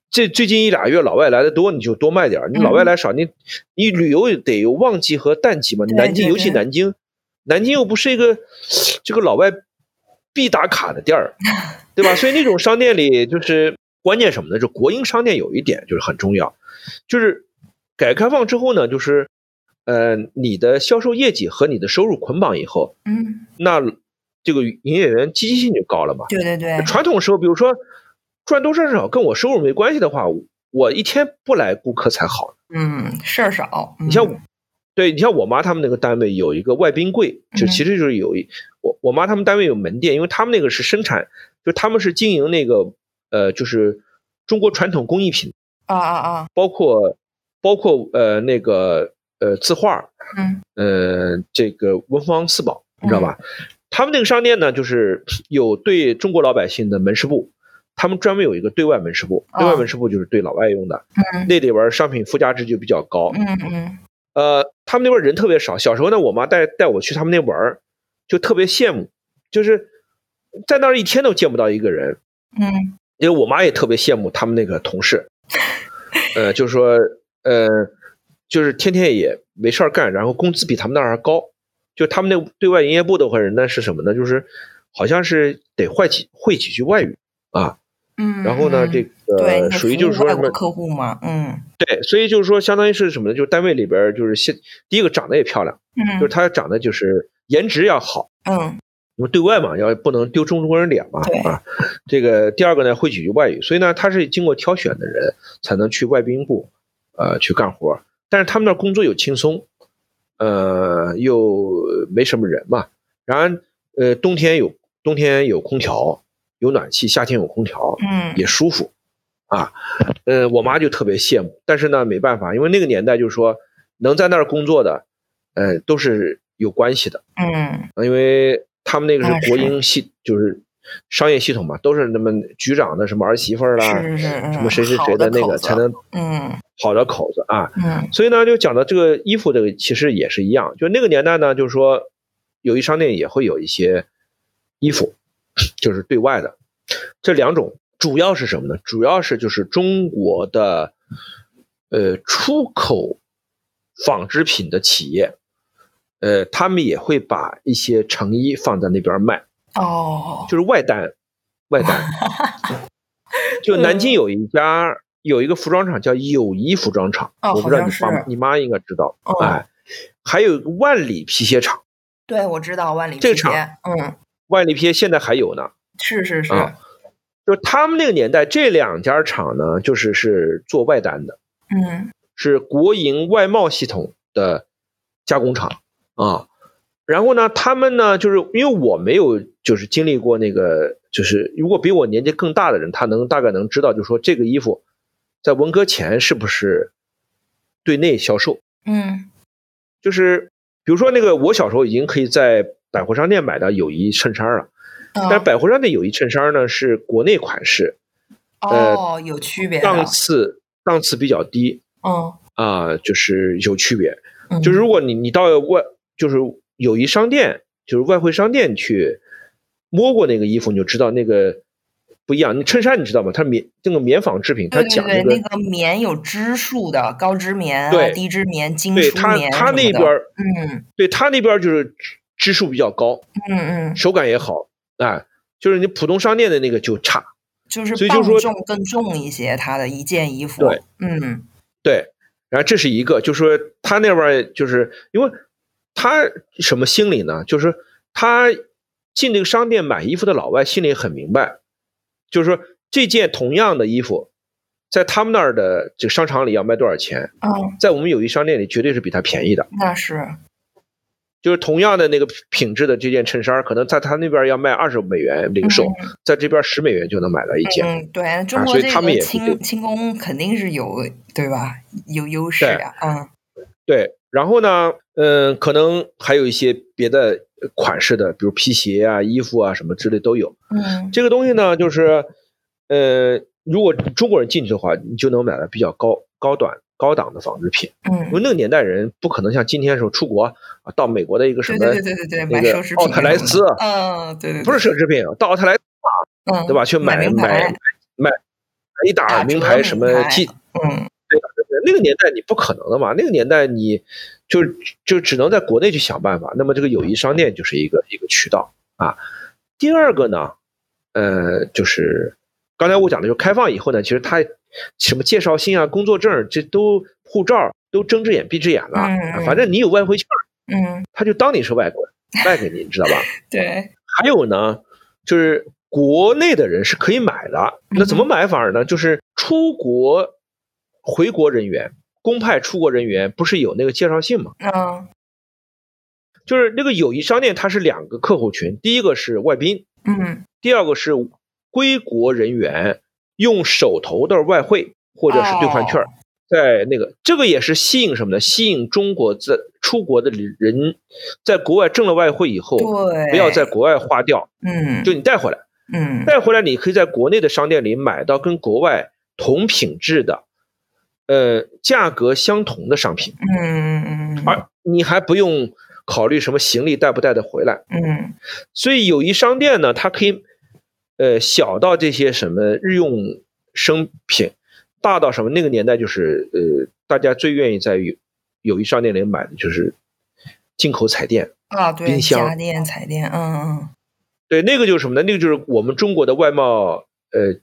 B: 这最近一俩月老外来的多，你就多卖点儿；你老外来少，你你旅游得有旺季和淡季嘛。你
A: 对
B: 南京，
A: 对
B: 尤其
A: 对
B: 南京，南京又不是一个这个老外必打卡的店儿，对吧？所以那种商店里就是关键什么呢？就国营商店有一点就是很重要，就是改革开放之后呢，就是呃你的销售业绩和你的收入捆绑以后，
A: 嗯，
B: 那这个营业员积极性就高了嘛。
A: 对对对，
B: 传统时候，比如说赚多赚少跟我收入没关系的话，我一天不来顾客才好。
A: 嗯，事儿少。
B: 你像我
A: 嗯
B: 对你像我妈他们那个单位有一个外宾柜，就
A: 嗯
B: 其实就是有一、我我妈他们单位有门店，因为他们那个是生产，就他们是经营那个呃就是中国传统工艺品，
A: 啊啊啊，
B: 包括包括呃那个呃字画，
A: 嗯
B: 呃这个文房四宝，你知道吧？他们那个商店呢，就是有对中国老百姓的门市部，他们专门有一个对外门市部，对外
A: 啊
B: 门市部就是对老外用的，
A: 嗯
B: 那里边儿商品附加值就比较高，
A: 嗯嗯
B: 呃，他们那边人特别少。小时候呢，我妈带带我去他们那玩儿，就特别羡慕，就是在那儿一天都见不到一个人。
A: 嗯
B: 因为我妈也特别羡慕他们那个同事，呃，就是说，呃，就是天天也没事儿干，然后工资比他们那儿还高。就他们那对外营业部的话，人呢是什么呢？就是好像是得会几会几句外语啊，
A: 嗯。
B: 然后呢，
A: 嗯
B: 这
A: 对，
B: 个
A: 你得
B: 属于
A: 服
B: 就
A: 务
B: 是说
A: 外
B: 什
A: 国
B: 么
A: 客户嘛，嗯
B: 对，所以就是说，相当于是什么呢？就是单位里边儿就是现第一个长得也漂亮。
A: 嗯，
B: 就是她长得就是颜值要好，
A: 嗯
B: 因为对外嘛，要不能丢中国人脸嘛
A: 对
B: 啊。这个第二个呢，会几句外语，所以呢，她是经过挑选的人才能去外宾部，呃，去干活儿。但是他们那儿工作又轻松，呃，又没什么人嘛。然后呃，冬天有冬天有空调，有暖气；夏天有空调，
A: 嗯
B: 也舒服啊。呃，我妈就特别羡慕，但是呢，没办法，因为那个年代就是说，能在那儿工作的，呃，都是有关系的，
A: 嗯
B: 呃因为他们那个
A: 那
B: 是国
A: 是
B: 营系，就是商业系统嘛，都是那么局长的什么儿媳妇儿啦，
A: 是是嗯是，
B: 什
A: 什
B: 么谁谁谁的那个才能
A: 嗯
B: 好的口子啊。
A: 嗯
B: 所以呢，就讲到这个衣服，这个其实也是一样，就那个年代呢，就是说，友谊商店也会有一些衣服， <coughs> 就是对外的这两种，主要是什么呢？主要是就是中国的呃出口纺织品的企业，呃，他们也会把一些成衣放在那边卖，
A: 哦， <laughs>
B: 就是外单，外单。就南
A: 嗯
B: 京有一家有一个服装厂叫友谊服装厂，
A: 哦
B: 我不知道
A: 好
B: 你
A: 像
B: 爸
A: 是
B: 你妈应该知道，
A: 哦
B: 哎，还有一个万里皮鞋厂，
A: 对，我知道万里
B: 这个
A: 皮
B: 厂
A: 鞋，嗯，
B: 万里皮鞋现在还有呢。
A: 是是是，
B: 啊就他们那个年代，这两家厂呢，就是是做外单的，
A: 嗯
B: 是国营外贸系统的加工厂啊。然后呢，他们呢，就是因为我没有就是经历过那个，就是如果比我年纪更大的人，他能大概能知道，就是说这个衣服在文革前是不是对内销售，
A: 嗯
B: 就是比如说那个我小时候已经可以在百货商店买到友谊衬衫了，但是
A: 啊，
B: 百货商店友谊衬衫呢是国内款式，呃
A: 哦，有区别的，
B: 档次档次比较低
A: 嗯
B: 啊、就是有区别。
A: 嗯，
B: 就是如果你你到外就是友谊商店，就是外汇商店去摸过那个衣服，你就知道那个不一样。你衬衫你知道吗？它棉那个棉纺织品，它
A: 对
B: 讲
A: 对对，
B: 个
A: 那个棉有支数的，高支棉啊、
B: 对
A: 低支棉、精
B: 对
A: 梳
B: 它
A: 棉
B: 它
A: 什么
B: 那
A: 的
B: 边儿
A: 嗯
B: 对它那边儿就是支支数比较高，
A: 嗯嗯，
B: 手感也好，哎，就是你普通商店的那个就差。
A: 就是
B: 所以就
A: 磅
B: 说
A: 重更重一些，它的一件衣服，
B: 对
A: 嗯
B: 对，然后这是一个，就是说他那边儿就是因为他什么心理呢？就是他进这个商店买衣服的老外心里很明白，就是说这件同样的衣服，在他们那儿的这个商场里要卖多少钱，
A: 嗯，
B: 在我们友谊商店里绝对是比它便宜的。
A: 那是
B: 就是同样的那个品质的这件衬衫儿，可能在他那边儿要卖二十美元零售，在这边儿十美元就能买到一件。
A: 嗯，对中
B: 啊
A: 国
B: 所以
A: 这
B: 他们
A: 个
B: 也是这
A: 轻轻功肯定是有对吧？有优势
B: 对
A: 啊，嗯
B: 对，然后呢，嗯，可能还有一些别的呃款式的，比如皮鞋啊、衣服啊什么之类都有。
A: 嗯
B: 这个东西呢，就是，呃，如果中国人进去的话，你就能买到比较高高端、高档的纺织品。因为
A: 嗯，
B: 那个年代人不可能像今天时候出国啊，到美国的一个什
A: 对
B: 么
A: 对对对对对，买
B: 那个
A: 奢侈品
B: 奥特莱
A: 什么
B: 斯
A: 的
B: 啊
A: 嗯，对对，
B: 不是奢侈品，啊到奥特莱斯
A: 嗯，
B: 对吧？去
A: 买
B: 买
A: 名
B: 买
A: 牌
B: 买一打
A: 打
B: 名
A: 折
B: 牌
A: 名
B: 什么
A: 牌
B: T
A: 嗯
B: 那个年代你不可能的嘛，那个年代你就就只能在国内去想办法。那么这个友谊商店就是一个一个渠道啊。第二个呢，呃，就是刚才我讲的，就是开放以后呢，其实它什么介绍信啊、工作证儿这都护照儿都睁只眼闭只眼了，
A: 嗯
B: 啊
A: 嗯
B: 反正你有外汇券儿，
A: 嗯，
B: 他就当你是外国人卖给你，你知道吧？
A: 对，
B: 还有呢，就是国内的人是可以买的，那怎么买法呢？就是出国回国人员，公派出国人员不是有那个介绍信吗？
A: 嗯
B: 就是那个友谊商店，它是两个客户群，第一个是外宾，
A: 嗯，
B: 第二个是归国人员用手头的外汇或者是兑换券儿。在那个，这个也是吸引什么呢？吸引中国在出国的人，在国外挣了外汇以后，
A: 对，
B: 不要在国外花掉，
A: 嗯
B: 就你带回来。
A: 嗯
B: 带回来，你可以在国内的商店里买到跟国外同品质的，呃，价格相同的商品，
A: 嗯嗯
B: 而你还不用考虑什么行李带不带得回来。
A: 嗯
B: 所以友谊商店呢，它可以，呃，小到这些什么日用生品，大到什么那个年代就是，呃，大家最愿意在友友谊商店里买的就是进口彩电。
A: 啊，对，
B: 冰箱
A: 家电、彩电，嗯嗯
B: 对，那个就是什么呢？那个就是我们中国的外贸，呃，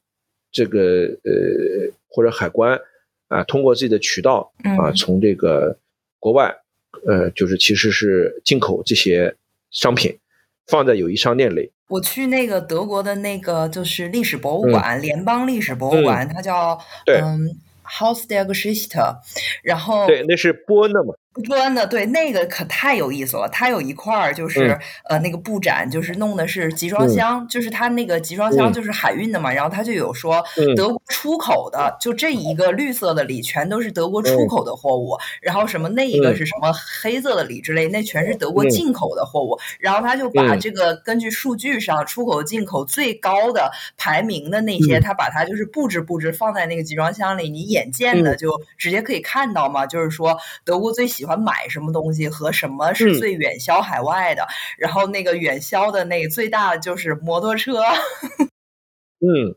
B: 这个呃或者海关啊，通过自己的渠道
A: 嗯
B: 啊，从这个国外，呃，就是其实是进口这些商品，放在友谊商店里。
A: 我去那个德国的那个就是历史博物馆，联邦历史博物馆，它叫
B: 嗯对
A: 嗯 Haus der Geschichte，然后
B: 对，那是波讷嘛，
A: 波恩的对那个可太有意思了，它有一块儿就是、
B: 嗯
A: 呃那个布展，就是弄的是集装箱，就是它那个集装箱
B: 嗯
A: 就是海运的嘛，然后它就有说
B: 嗯
A: 德国出口的，就这一个绿色的里全都是德国出
B: 嗯
A: 口的货物，然后什么那一个
B: 嗯
A: 是什么黑色的里之类，那全是德国
B: 嗯
A: 进口的货物，然后他就把
B: 嗯
A: 这个根据数据上出口进口最高的排名的那些，
B: 嗯
A: 他把它就是布置布置放在那个集装箱里，你眼见
B: 嗯
A: 的就直接可以看到嘛。就是说德国最喜欢买什么东西和什么是
B: 嗯
A: 最远销海外的，然后那个远销的那个最大的就是摩托车，
B: 嗯。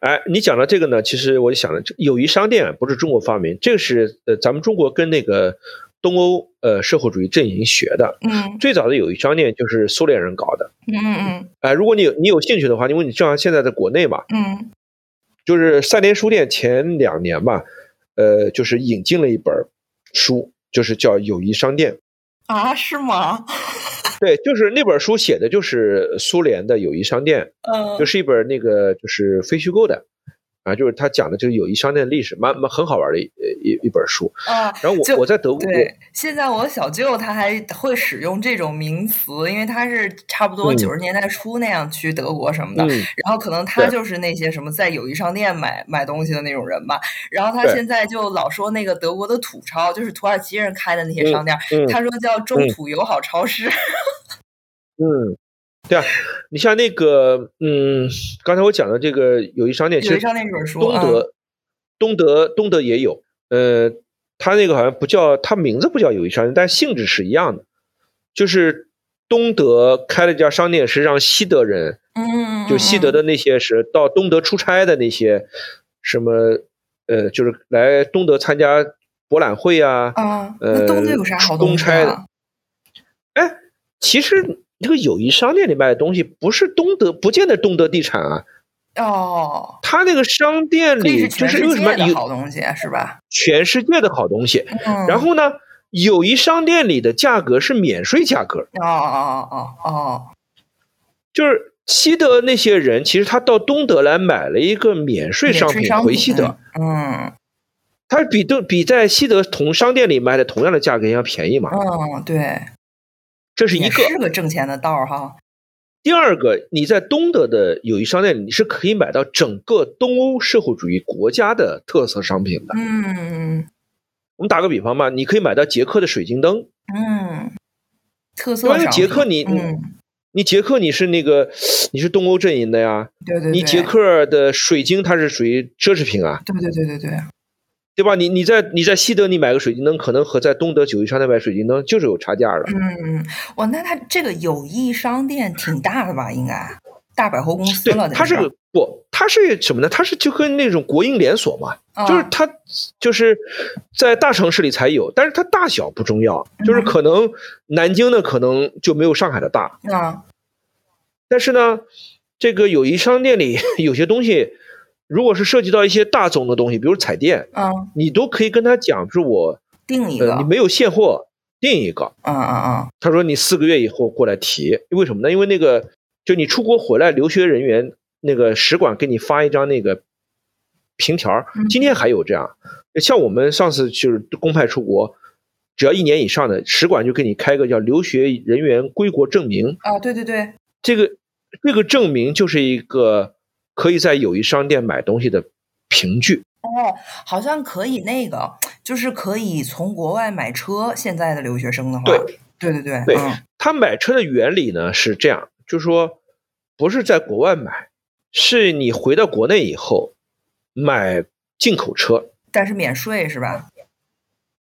B: 哎，你讲到这个呢，其实我就想了，这友谊商店不是中国发明，这个是呃咱们中国跟那个东欧呃社会主义阵营学的。
A: 嗯
B: 最早的友谊商店就是苏联人搞的，
A: 嗯嗯
B: 呃哎，如果你有你有兴趣的话，因为你正好现在在国内嘛，
A: 嗯
B: 就是赛联书店前两年吧，呃，就是引进了一本书，就是叫《友谊商店》。
A: 啊，是吗？
B: 对，就是那本书写的就是苏联的友谊商店，
A: 嗯，
B: 就是一本那个就是非虚构的，啊，就是他讲的这个友谊商店的历史，蛮蛮很好玩的一呃一一本书。
A: 啊，
B: 然后
A: 就
B: 我我在德国，
A: 对，现在我小舅他还会使用这种名词，因为他是差不多
B: 嗯
A: 九十年代初那样去德国什么的，
B: 嗯，
A: 然后可能他
B: 对
A: 就是那些什么在友谊商店买买东西的那种人吧。然后他
B: 对
A: 现在就老说那个德国的土超，就是土耳其人开的那些商店，
B: 嗯
A: 他说叫中
B: 嗯
A: 土友好超市。
B: 嗯，对啊，你像那个，嗯，刚才我讲的这个友谊商店，其
A: 友谊
B: 实
A: 商店这本书，
B: 东
A: 嗯，
B: 德，东德，东德也有，呃，它那个好像不叫，它名字不叫友谊商店，但性质是一样的，就是东德开了一家商店，是让西德人，
A: 嗯，
B: 就西德
A: 的，
B: 的那些是到东德出差的那些什么，呃，就是来东德参加博览会啊，
A: 啊，那
B: 呃，
A: 东德有啥好东
B: 公
A: 西
B: 差的
A: 啊？
B: 哎，其实这个友谊商店里卖的东西，不是东德，不见得东德地产啊。
A: 哦，
B: 他那个商店
A: 可以
B: 里
A: 是
B: 就
A: 全
B: 是
A: 世
B: 为什么
A: 界的好
B: 有
A: 东西是吧？
B: 全世界的好东西。
A: 嗯，
B: 然后呢，友谊商店里的价格是免税价格，
A: 哦哦哦哦哦，
B: 就是西德那些人其实他到东德来买了一个免税
A: 免
B: 商
A: 税
B: 品
A: 商
B: 回西德，，
A: 嗯
B: 他比都比在西德同商店里卖的同样的价格要便宜嘛，
A: 嗯，对，
B: 这是一
A: 也
B: 个。
A: 是个挣钱的道儿哈。
B: 第二个，你在东德的友谊商店里，你是可以买到整个东欧社会主义国家的特色商品的。
A: 嗯
B: 我们打个比方吧，你可以买到捷克的水晶灯，
A: 嗯，特
B: 因
A: 色
B: 为
A: 商
B: 捷
A: 品。
B: 克你、
A: 嗯，
B: 你捷克你是那个你是东欧阵营的呀，
A: 对对对，
B: 你捷克的水晶它是属于奢侈品啊，
A: 对对对对对，
B: 对吧？你你在你在西德你买个水晶灯，可能和在东德友谊商店买水晶灯就是有差价的。
A: 嗯，哇，那他这个友谊商店挺大的吧？应该大百货公司
B: 对
A: 了，，
B: 它是
A: 得
B: 个不，它是什么呢？它是就跟那种国营连锁嘛，
A: 啊
B: 就是它就是在大城市里才有，但是它大小不重要，
A: 嗯
B: 就是可能南京的可能就没有上海的大，
A: 啊，
B: 但是呢，这个友谊商店里 <laughs> 有些东西，如果是涉及到一些大宗的东西，比如彩电，
A: 嗯，
B: 你都可以跟他讲，说我
A: 定一个，
B: 呃你
A: 嗯
B: 没有现货订一个，
A: 嗯嗯，
B: 他说你四个月以后过来提，为什么呢？因为那个就你出国回来，留学人员那个使馆给你发一张那个凭条儿
A: 嗯，
B: 今天还有这样。像我们上次就是公派出国，只要一年以上的，使馆就给你开个叫留学人员归国证明。
A: 啊，对对对，
B: 这个这个证明就是一个可以在友谊商店买东西的凭据。
A: 哦，好像可以那个，就是可以从国外买车。现在的留学生的话，
B: 对
A: 对对对，
B: 对
A: 嗯
B: 他买车的原理呢是这样，就是说不是在国外买，是你回到国内以后买进口车，
A: 但是免税是吧？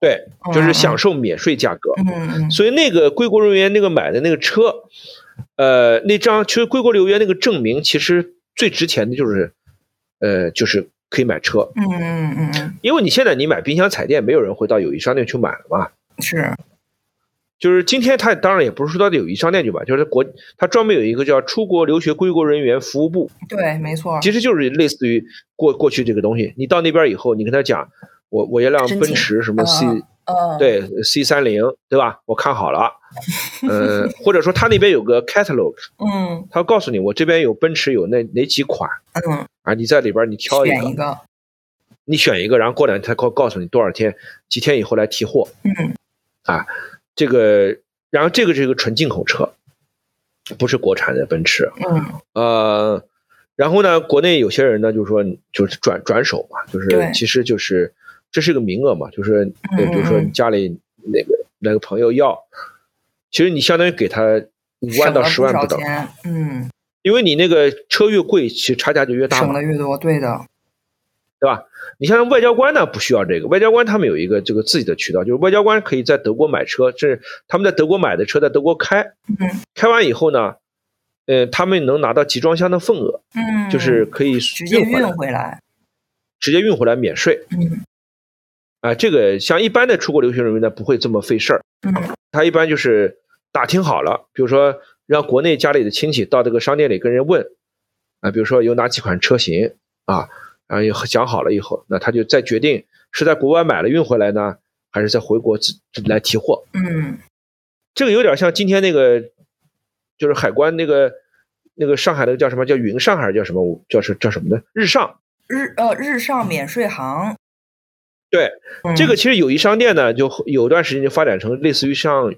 B: 对，
A: 哦
B: 就是享
A: 受，
B: 受免税价格。
A: 嗯嗯
B: 所以那个归国人员那个买的那个车，呃，那张其实归国留学那个证明，其实最值钱的就是，呃，就是可以买车，
A: 嗯嗯嗯嗯，
B: 因为你现在你买冰箱彩电，没有人会到友谊商店去买了嘛。
A: 嗯是，
B: 就是今天他当然也不是说到友谊商店去吧，就是国他专门有一个叫出国留学归国人员服务部，
A: 对，没错儿。
B: 其实就是类似于过过去这个东西。你到那边以后，你跟他讲，我我一辆
A: 申
B: 奔
A: 请
B: 驰什么 C，、
A: 嗯，，
B: 对 C 三零对吧？我看好
A: <laughs>
B: 了，呃，或者说他那边有个 catalog，
A: 嗯
B: 他告诉你我这边有奔驰有那哪几款
A: 嗯，
B: 啊，你在里边你挑一
A: 选
B: 个，
A: 一个，
B: 你选一个，然后过两天他告告诉你多少天几天以后来提货，啊
A: 嗯
B: 这个然后这个是一个纯进口车，不是国产的奔驰。
A: 嗯
B: 呃，然后呢，国内有些人呢，就是说就是转转手嘛，就
A: 对
B: 是其实就是这是一个名额嘛，就是呃比如说
A: 嗯嗯
B: 你家里那个那个朋友要，其实你相当于给他五
A: 省
B: 万
A: 了
B: 到
A: 不
B: 十万
A: 少
B: 不等，
A: 钱，嗯，
B: 因为你那个车越贵，其实差价就越大
A: 省
B: 嘛，
A: 的越多，对的，
B: 对吧？你像外交官呢，不需要这个，外交官他们有一个这个自己的渠道，就是外交官可以在德国买车，这是他们在德国买的车，在德国开，
A: 嗯
B: 开完以后呢，呃，他们能拿到集装箱的份额，
A: 嗯，
B: 就是可以
A: 直接
B: 回来
A: 运回来，
B: 直接运回来免税。
A: 嗯
B: 啊、这个像一般的出国留学人员呢，不会这么费事儿。
A: 嗯
B: 他一般就是打听好了，比如说让国内家里的亲戚到这个商店里跟人问，啊、比如说有哪几款车型啊，然后也讲好了以后，那他就再决定是在国外买了运回来呢，还是再回国自来提货。
A: 嗯
B: 这个有点像今天那个，就是海关那个那个上海那个叫什么叫云上海叫什么叫什叫什么呢？日上。
A: 日呃日上免税行，
B: 嗯对，
A: 嗯
B: 这个其实友谊商店呢，就有段时间就发展成类似于像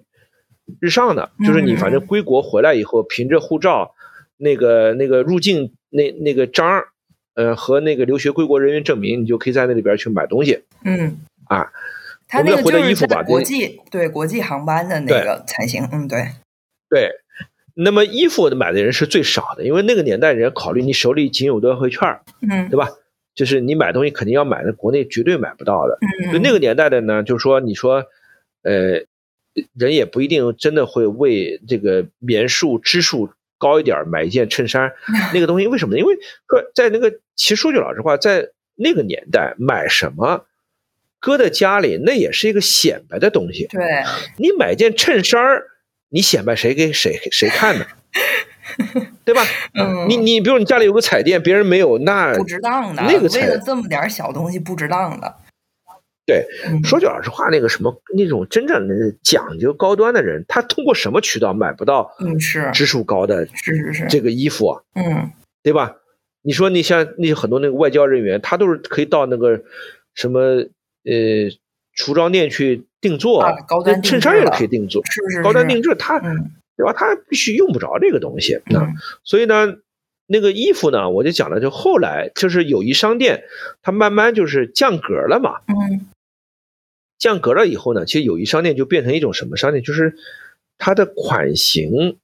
B: 日上的，就是你反正归国回来以后，凭着护照、那个那个入境那那个章儿，呃和那个留学归国人员证明，你就可以在那里边去买东西。
A: 嗯
B: 啊，
A: 他
B: 我们
A: 那
B: 再
A: 个
B: 回
A: 就
B: 到衣
A: 是
B: 服吧
A: 在国
B: 对
A: 际对国际航班的那
B: 对
A: 个才行，嗯对，
B: 对，那么衣服买的人是最少的，因为那个年代人考虑你手里仅有多少回券儿，
A: 嗯
B: 对吧？就是你买东西肯定要买的，国内绝对买不到的。就
A: 嗯
B: 那个年代的呢，就是说，你说，呃，人也不一定真的会为这个棉数支数高一点儿买一件衬
A: <laughs>
B: 衫，那个东西为什么呢？因为说在那个，其实说句老实话，在那个年代买什么，搁在家里那也是一个显摆的东西。
A: 对
B: 你买件衬衫儿，你显摆谁给谁谁
A: <laughs>
B: 看呢？对吧？
A: 嗯
B: 你你比如你家里有个彩电，别人没有，那
A: 不值当的，
B: 那个
A: 为
B: 才
A: 了这么点儿小东西不值当的，
B: 对
A: 嗯，
B: 说句老实话，那个什么那种真正的讲究高端的人，他通过什么渠道买不到
A: 嗯是
B: 支数高的
A: 是是是，
B: 这个衣服啊？
A: 嗯
B: 对吧？你说你像那很多那个外交人员，他都是可以到那个什么呃服装店去定做，
A: 啊高端
B: 那
A: 定制
B: 衬衫也
A: 了
B: 可以定做，
A: 是是
B: 高端
A: 是
B: 定制他
A: 嗯
B: 对吧？他必须用不着这个东西啊。
A: 嗯
B: 所以呢，那个衣服呢，我就讲了，就后来就是友谊商店，它慢慢就是降格了嘛。
A: 嗯
B: 降格了以后呢，其实友谊商店就变成一种什么商店？就是它的款型、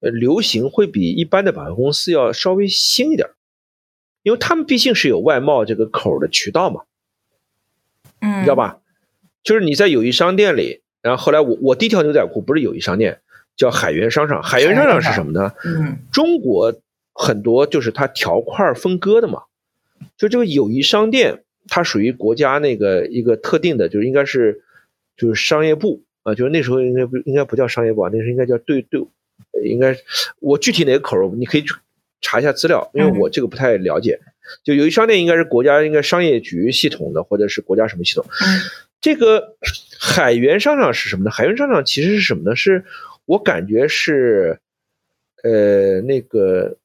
B: 呃流行会比一般的百货公司要稍微新一点儿，因为他们毕竟是有外贸这个口儿的渠道嘛。
A: 嗯，
B: 你知道？吧？就是你在友谊商店里，然后后来我我第一条牛仔裤不是友谊商店，叫海源商场。海源商场是什么呢？
A: 嗯
B: 中国很多就是它条块分割的嘛，就这个友谊商店，它属于国家那个一个特定的，就是应该是就是商业部啊、就是那时候应该不应该不叫商业部啊，那时候应该叫对对，呃应该我具体哪个口儿你可以去查一下资料，因为我这个不太了解。就友谊商店应该是国家应该商业局系统的，或者是国家什么系统。
A: 嗯
B: 这个海源商场是什么呢？海源商场其实是什么呢？是我感觉是，呃，那个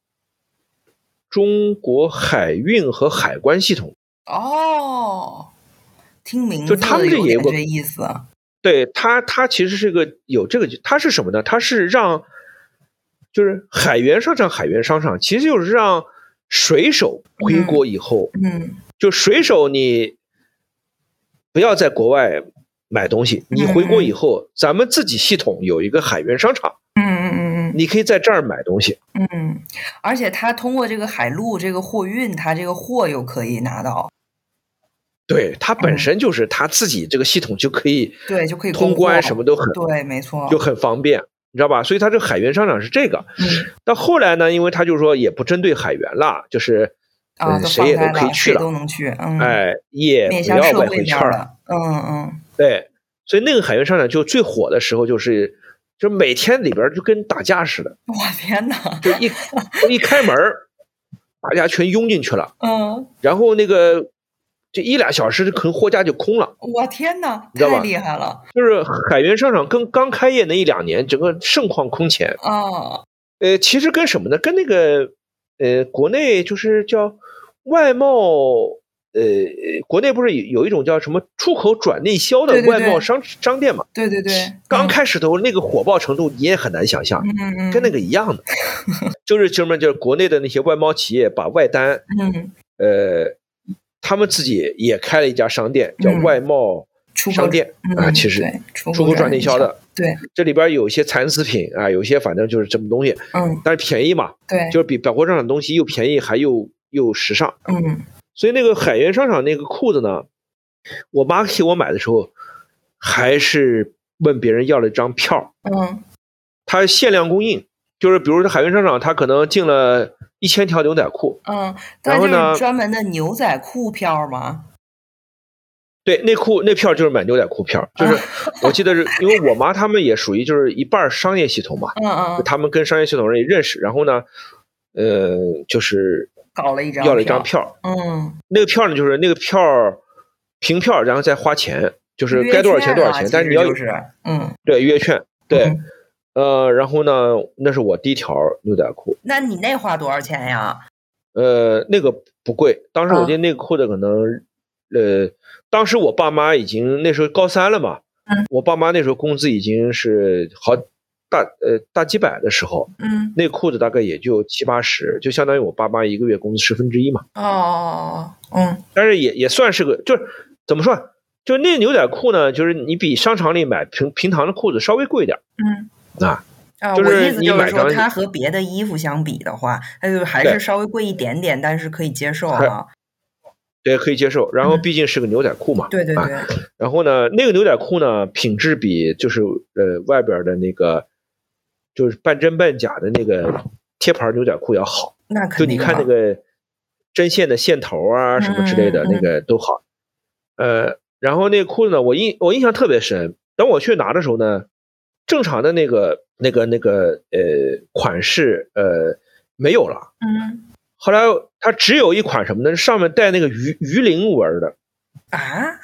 B: 中国海运和海关系统，
A: 哦，听名
B: 就
A: 字
B: 他们这
A: 有
B: 也有
A: 点
B: 个
A: 这意思，
B: 对它，它其实是个有这个，它是什么呢？它是让，就是海源商场，海源商场其实就是让水手回国以后，
A: 嗯
B: 就水手你不要在国外买东西，你回国以后，咱们自己系统有一个海源商场。
A: 嗯嗯嗯
B: 你可以在这儿买东西。
A: 嗯嗯，而且他通过这个海陆这个货运，他这个货又可以拿到，
B: 对，它本身就是它自己这个系统就可以
A: 对，嗯就可以
B: 通
A: 供货
B: 关，什么都很
A: 对，没错，
B: 就很方便，你知道吧？所以它这个海源商场是这个。
A: 嗯
B: 到后来呢，因为它就说也不针对海源了，就是
A: 啊，
B: 嗯
A: 都
B: 谁
A: 放
B: 也
A: 开
B: 都可以
A: 了，
B: 去
A: 谁
B: 了，
A: 都能去，嗯，
B: 哎，也
A: 面
B: 不
A: 向
B: 要
A: 社
B: 外
A: 会
B: 汇
A: 面
B: 券
A: 儿
B: 了。
A: 了，嗯嗯
B: 对，所以那个海源商场就最火的时候就是。就每天里边儿就跟打架似的，
A: 嗯，我天哪，
B: 就
A: <laughs>
B: 一一开门儿，大家全拥进去了，
A: 嗯，
B: 然后那个这一俩小时，可能货架就空了。
A: 我天哪，
B: 你知道
A: 太
B: 吧
A: 厉害了
B: 就是海源商场刚刚开业那一两年，整个盛况空前。
A: 啊，
B: 呃，其实跟什么呢？跟那个呃，国内就是叫外贸，呃，国内不是有有一种叫什么出口转内销的
A: 对对
B: 外贸
A: 对
B: 商商店嘛？
A: 对对对，
B: 刚
A: 嗯
B: 开始头那个火爆程度，你也很难想象，
A: 嗯嗯，
B: 跟那个一样
A: <laughs>
B: 的，就是什么，就是国内的那些外贸企业把外单，
A: 嗯，
B: 呃，他们自己也开了一家商店，叫
A: 嗯
B: 外贸
A: 出口
B: 商店啊，
A: 嗯
B: 其实
A: 对出
B: 出
A: 口
B: 口转内销的。
A: 对，
B: 这里边有一些残次品啊，有一些反正就是这么东西，
A: 嗯
B: 但是便宜嘛，
A: 对，
B: 就是比百货商场的东西又便宜还又又时尚。
A: 嗯
B: 所以那个海源商场那个裤子呢，我妈给我买的时候，还是问别人要了一张票，
A: 嗯
B: 它限量供应，就是比如说海源商场，它可能进了一千条牛仔裤，
A: 嗯，但就
B: 后
A: 是
B: 呢
A: 专门的牛仔裤票吗？
B: 对，那裤那票就是买牛仔裤票，就是我记得是因为我妈他们也属于就是一半儿商业系统嘛，
A: 嗯嗯，
B: 他们跟商业系统人也认识，然后呢，呃，就是
A: 搞了一张，
B: 要了一张，票，
A: 嗯，
B: 那个票呢就是那个票凭票，然后再花钱，就是
A: 约
B: 该多少钱
A: 券
B: 多少
A: 啊
B: 钱，
A: 其
B: 但
A: 实
B: 是你要有
A: 就是嗯，
B: 对约券，对
A: 嗯，
B: 呃，然后呢，那是我第一条牛仔裤，
A: 那你那花多少钱呀？
B: 呃，那个不贵，当时我
A: 啊
B: 记得那个裤子可能，呃，当时我爸妈已经那时候高三了嘛，
A: 嗯
B: 我爸妈那时候工资已经是好大呃大几百的时候，
A: 嗯，
B: 那裤子大概也就七八十，就相当于我爸妈一个月工资十分之一嘛，
A: 哦哦哦，哦嗯
B: 但是也也算是个，就是怎么说啊，就那牛仔裤呢，就是你比商场里买平平常的裤子稍微贵点儿
A: 嗯。
B: 啊，
A: 啊，
B: 就
A: 我意
B: 是
A: 思
B: 你
A: 就是
B: 买
A: 说，
B: 张
A: 它和别的衣服相比的话，它就还是
B: 对
A: 稍微贵一点点，但是可以接受啊。
B: 对，可以接受。然后
A: 嗯
B: 毕竟是个牛仔裤嘛，
A: 对对
B: 啊
A: 对，
B: 然后呢，那个牛仔裤呢，品质比就是呃外边的那个就是半真半假的那个贴牌牛仔裤要好，
A: 那
B: 就
A: 肯
B: 你
A: 定
B: 看那
A: 了
B: 个针线的线头啊什么之类的、
A: 嗯嗯
B: 那个都好。呃，然后那个裤子呢，我印我印象特别深。等我去拿的时候呢，正常的那个那个那个呃款式呃没有了。
A: 嗯
B: 后来它只有一款什么呢？上面带那个鱼鱼鳞纹儿的，
A: 啊，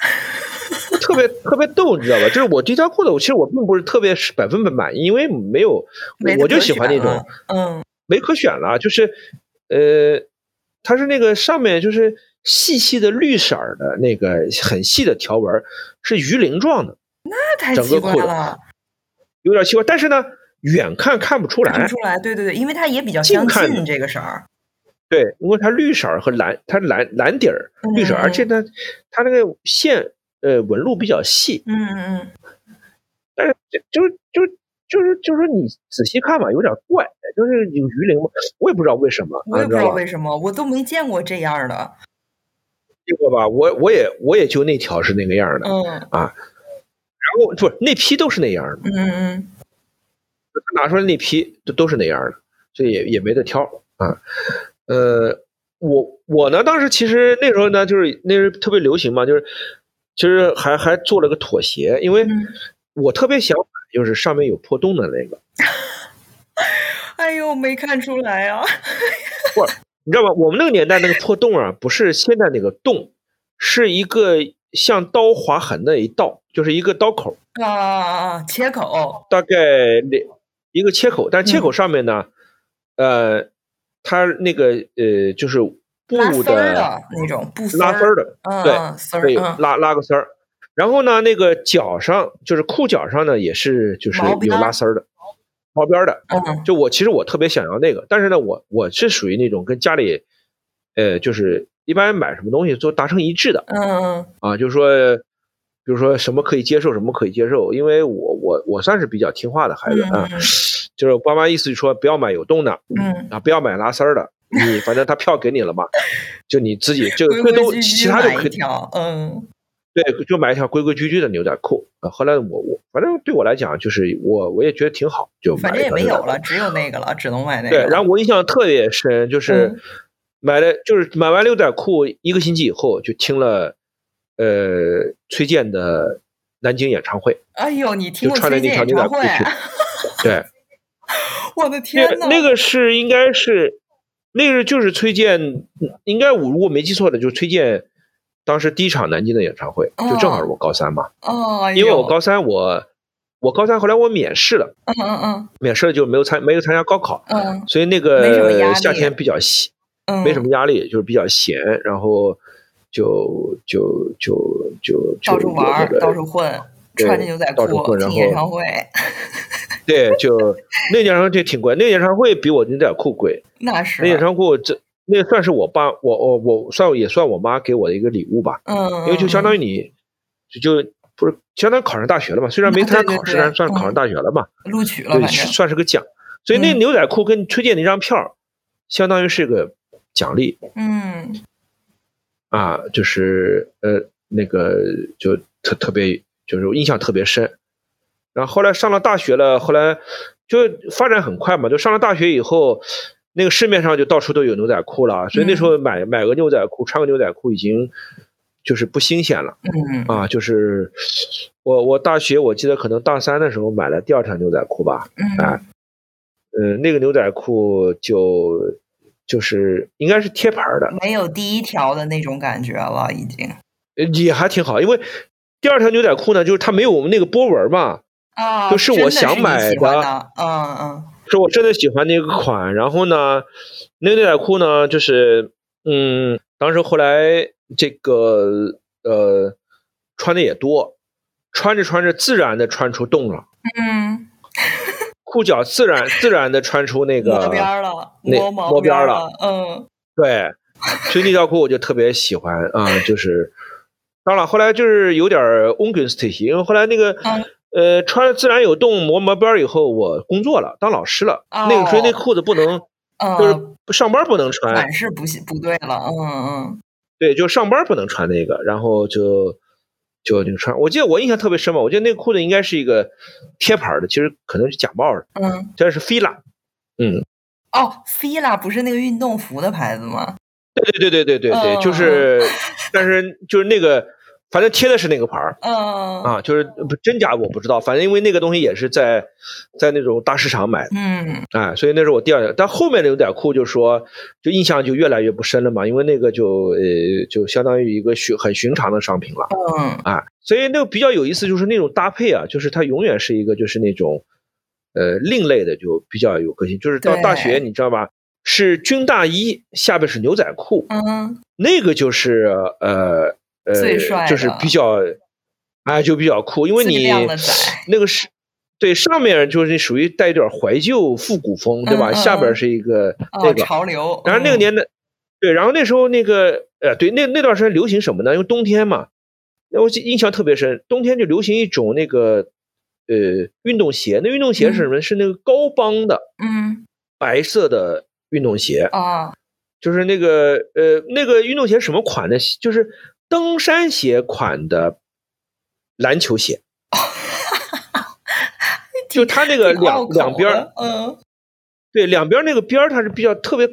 B: 特别特别逗，你知道吧？就是我这条裤子，我其实我并不是特别是百分百满意，因为没有，
A: 没得
B: 我就
A: 可
B: 喜欢那
A: 选
B: 种
A: 了，嗯
B: 没可选了，就是呃，它是那个上面就是细细的绿色儿的那个很细的条纹儿，是鱼鳞状的，
A: 那太
B: 整
A: 奇
B: 个
A: 怪
B: 裤子
A: 了，
B: 有点奇怪，但是呢，远看看不出
A: 看不
B: 来
A: 出，来。对对对，因为它也比较
B: 近
A: 相
B: 看
A: 近这个色儿，
B: 对，因为它绿色儿和蓝，它蓝蓝底儿绿色儿，
A: 嗯
B: 而且呢，它那个线呃纹路比较细，
A: 嗯嗯
B: 啊
A: 嗯，
B: 但是就就就就是就是你仔细看吧，有点怪，就是有鱼鳞嘛，我也不知道为什么，
A: 我
B: 啊
A: 也
B: 你
A: 不
B: 知
A: 知道
B: 道吧？
A: 为什么，我都没见过这样的。
B: 这个吧，我我也我也就那条是那个样儿的，然
A: 嗯
B: 后不是那批都是那样儿的，
A: 嗯嗯
B: 他拿出来那批都都是那样儿的，所以也也没得挑啊。呃，我我呢，当时其实那时候呢，就是那时候特别流行嘛，就是其实还还做了个妥协，因为
A: 嗯，
B: 我特别想买就是上面有破洞的那个。
A: 哎呦，没看出来啊。
B: 你知道吧？我们那个年代那个破洞啊，不是现在那个洞，是一个像刀划痕的一道，就是一个刀口，
A: 啊啊啊！啊切口，
B: 大概两一个切口，但切口上面呢，呃，它那个呃就是
A: 拉
B: 布
A: 丝儿
B: 的
A: 的那种布
B: 拉丝儿
A: 的，
B: 的，
A: 嗯
B: 对
A: 嗯丝儿，
B: 对，
A: 嗯
B: 拉拉个丝儿。然后呢，那个脚上就是裤脚上呢，也是就是
A: 毛边
B: 有
A: 儿
B: 拉丝儿的，毛边儿的。
A: 嗯
B: 就我其实我特别想要那个，但是呢，我我是属于那种跟家里，呃，就是一般买什么东西都达成一致的
A: 嗯嗯
B: 啊，就是说，比如说什么可以接受，什么可以接受，因为我我我算是比较听话的孩子啊，
A: 嗯
B: <laughs> 就是我爸妈意思就说不要买有洞的
A: 嗯，
B: 啊，不要买拉丝儿的，你反正他票给你
A: <laughs>
B: 了嘛，就你自己这个
A: 规
B: 最
A: 规
B: 多
A: 矩
B: 其
A: 矩
B: 他
A: 买
B: 都可
A: 一
B: 以
A: 条，嗯
B: 对，就买一条规规矩矩的牛仔裤啊。后来我我反正对我来讲就是我我也觉得挺好，就买
A: 反正
B: 一
A: 也
B: 条
A: 没
B: 牛仔
A: 有
B: 裤
A: 了，只有那个了，只能买那个
B: 对，
A: 了。
B: 然后我印象特别深，就是
A: 嗯
B: 买了，就是买完牛仔裤一个星期以后，就听了呃崔健的南京演唱会，
A: 哎呦，你听
B: 就
A: 过
B: 穿着
A: 崔健
B: 那条
A: 演
B: 牛仔
A: 唱
B: 裤
A: 会？
B: 去。
A: <laughs>
B: 对，
A: 我的
B: 那
A: 天
B: 个
A: 呐！
B: 那个是应该是那个就是崔健，应该我如果没记错的，就是崔健当时第一场南京的演唱会，就正好是我高三嘛，
A: 哦，
B: 因为
A: 有
B: 我高三我我高三后来我免试了，
A: 嗯嗯
B: 免试了就没有参没有参加高考， <laughs>
A: 嗯
B: 所以那
A: 没什么压
B: 个
A: 力
B: 夏天比较闲。
A: 嗯，
B: 没什么压力，就是比较闲，然后就就就就就
A: 到处玩
B: 有那
A: 儿，
B: 个
A: 到处混，
B: 对
A: 穿着牛仔
B: 到处
A: 裤
B: 混然
A: 听演
B: 后
A: 唱会，<laughs>
B: 对，就那演唱会挺贵，那演唱会比我牛仔裤贵，
A: 那
B: 那演
A: 是，
B: 唱会这那算是我爸我我我算也算我妈给我的一个礼物吧，
A: 嗯，
B: 因为就相当于你就就不是相当于考上大学了嘛，虽然没
A: 啊
B: 参加
A: 对对
B: 考试，
A: 对
B: 但是算是考上
A: 嗯
B: 大学了嘛，
A: 嗯录取了，
B: 对，
A: 反正
B: 算是个奖，所以那
A: 嗯
B: 牛仔裤跟崔健那张票，相当于是个奖励，
A: 嗯
B: 啊，就是呃那个就特特别就是我印象特别深。然后后来上了大学了，后来就发展很快嘛，就上了大学以后，那个市面上就到处都有牛仔裤了，所以那时
A: 嗯
B: 候买买个牛仔裤，穿个牛仔裤已经就是不新鲜了
A: 嗯，
B: 啊。就是我我大学我记得可能大三的时候买了哎呃第二条牛仔裤吧，
A: 嗯
B: 啊，嗯，那个牛仔裤就就是应该是贴牌儿的，
A: 没有第一条的那种感觉了，已经
B: 呃也还挺好。因为第二条牛仔裤呢，就是它没有我们那个波纹嘛，
A: 啊，
B: 就是我
A: 真的
B: 想
A: 你
B: 买
A: 喜欢
B: 的
A: 的，嗯嗯，
B: 是我真的喜欢那个款。然后呢，那个牛仔裤呢，就是嗯，当时后来这个呃穿的也多，穿着穿着自然的穿出洞了，
A: 嗯，
B: 裤脚自然自然的穿出那
A: 摸
B: 个
A: 边儿了，
B: 那
A: 摸毛
B: 摸边
A: 儿
B: 儿
A: 了，嗯
B: 对，所以那条裤我就特别喜欢啊、就是当然了，后来就是有点儿 o n g u s t 因为后来那个、
A: 嗯
B: 呃穿自然有动磨磨边儿以后，我工作了，当老师了，那个所以那
A: 哦
B: 裤子不能就是哎
A: 嗯，
B: 上班不能穿，
A: 款式不行不对了，嗯
B: 对，就上班不能穿那个，然后就。就就穿，我记得我印象特别深嘛，我记得那个裤子应该是一个贴牌儿的，其实可能是假冒的，
A: 嗯嗯，
B: 但是 fila，嗯，
A: 哦，fila 不是那个运动服的牌子吗？
B: 对对对对对对对，
A: 嗯
B: 就
A: 嗯
B: 是，但是就是那个，反正贴的是那个牌儿，
A: 嗯
B: 啊，就是不真假我不知道，反正因为那个东西也是在在那种大市场买的，
A: 嗯
B: 哎，所以那是我第二条。但后面的牛仔裤就说，就印象就越来越不深了嘛，因为那个就呃就相当于一个寻很寻常的商品了，
A: 嗯
B: 啊，所以那个比较有意思就是那种搭配啊，就是它永远是一个就是那种呃另类的，就比较有个性。就是到大学
A: 对
B: 你知道吧，是军大衣，下边是牛仔裤，
A: 嗯
B: 那个就是呃呃，
A: 最帅的
B: 就是比较，哎，就比较酷，因为
A: 最
B: 你
A: 靓的仔
B: 那个是对上面就是属于带一点怀旧复古风，对吧？
A: 嗯嗯
B: 下边
A: 嗯
B: 是一个那
A: 哦，
B: 个，
A: 潮流，
B: 然后那个
A: 嗯
B: 年代，对，然后那时候那个呃，对，那那段时间流行什么呢？因为冬天嘛，那我记印象特别深，冬天就流行一种那个呃运动鞋，那运动鞋是什么？是那个高帮的
A: 嗯
B: 白色的运动鞋，
A: 啊
B: 就是那个呃那个运动鞋什么款的？就是登山鞋款的篮球
A: <laughs>
B: 鞋。就它那个
A: 挺拗
B: 两
A: 口
B: 两边
A: 的
B: 儿，
A: 嗯
B: 对两边儿那个边儿，它是比较特别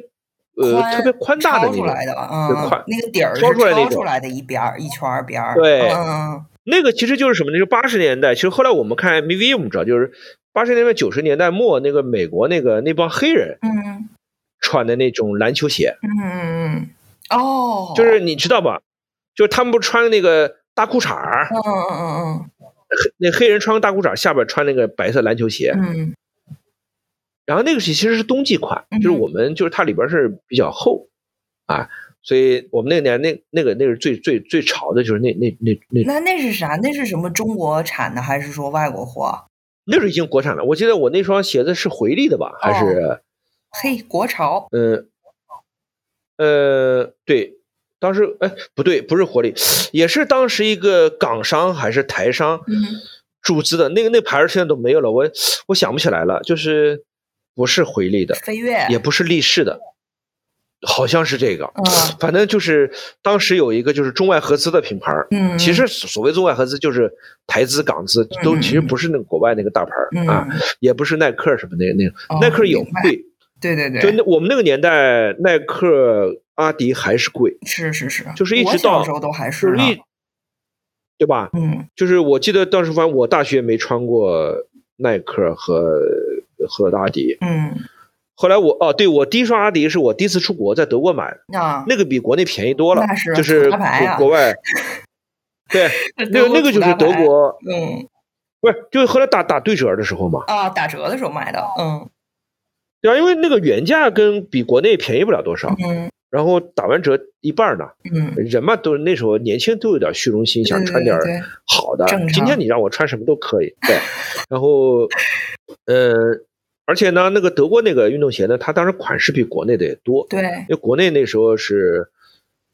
B: 呃
A: 宽
B: 特别宽大的
A: 抄
B: 那
A: 出
B: 种。
A: 来的吧，
B: 就
A: 嗯
B: 款
A: 嗯，那个底儿是
B: 抄出来那
A: 抄
B: 种
A: 出来的一边儿一圈儿边儿，
B: 对
A: 嗯嗯
B: 那个其实就是什么呢？就是八十年代，其实后来我们看 MV，我们知道就是八十年代九十年代末那个美国那个那帮黑人
A: 嗯
B: 穿的那种篮球鞋，
A: 嗯嗯嗯，哦，
B: 就是你知道吧？就是他们不是穿那个大裤衩儿，
A: 嗯嗯
B: 那黑人穿个大裤衩儿，下边穿那个白色篮球鞋，
A: 嗯嗯嗯
B: 然后那个是其实是冬季款，就是
A: 嗯哼
B: 我们就是它里边是比较厚啊，所以我们那个年那那个那个是最最最潮的，就是那那那那
A: 那那是啥？那是什么中国产的还是说外国货？
B: 那是已经国产了。我记得我那双鞋子是回力的吧，还
A: 哦
B: 是
A: 嘿，国潮，
B: 嗯呃对，当时哎不对，不是活力，也是当时一个港商还是台商
A: 嗯
B: 注资的，那个那牌儿现在都没有了，我我想不起来了，就是不是回力的，
A: 飞跃，
B: 也不是立式的，好像是这个。
A: 嗯
B: 反正就是当时有一个就是中外合资的品牌儿，
A: 嗯，
B: 其实所谓中外合资就是台资、港资，都
A: 嗯嗯
B: 其实不是那个国外那个大牌儿
A: 嗯
B: 啊，也不是耐克什么那那
A: 哦
B: 耐克有
A: 明白
B: 贵，
A: 对对
B: 就
A: 对，
B: 那我们那个年代耐克、阿迪还是贵，
A: 是是是，
B: 就是一
A: 我
B: 直
A: 小
B: 到
A: 时候都还
B: 就是是
A: 呢
B: 一，对吧？
A: 嗯
B: 就是我记得当时反正我大学没穿过耐克和和阿迪，
A: 嗯，
B: 后来我哦对我第一双阿迪是我第一次出国在德国买的。
A: 啊，
B: 那个比国内便宜多了，
A: 那是
B: 就是
A: 土
B: 国、
A: 大牌啊
B: 国
A: <laughs>
B: 外，对，那
A: 德
B: 个
A: 国
B: 那个
A: 土
B: 就是
A: 大
B: 德
A: 牌，
B: 国，
A: 嗯
B: 不是就是后来打打对折的时候嘛，
A: 啊，打折的时候买的，嗯
B: 对啊，因为那个原价跟比国内便宜不了多少，
A: 嗯
B: 然后打完折一半儿呢，
A: 嗯，
B: 人嘛都是那时候年轻都有点虚荣心，想
A: 对
B: 穿
A: 对
B: 点儿
A: 对
B: 好的
A: 正，常
B: 今天你让我穿什么都
A: <laughs>
B: 可以，对，然后，呃，而且呢，那个德国那个运动鞋呢，它当时款式比国内的也多，
A: 对，
B: 因为国内那时候是，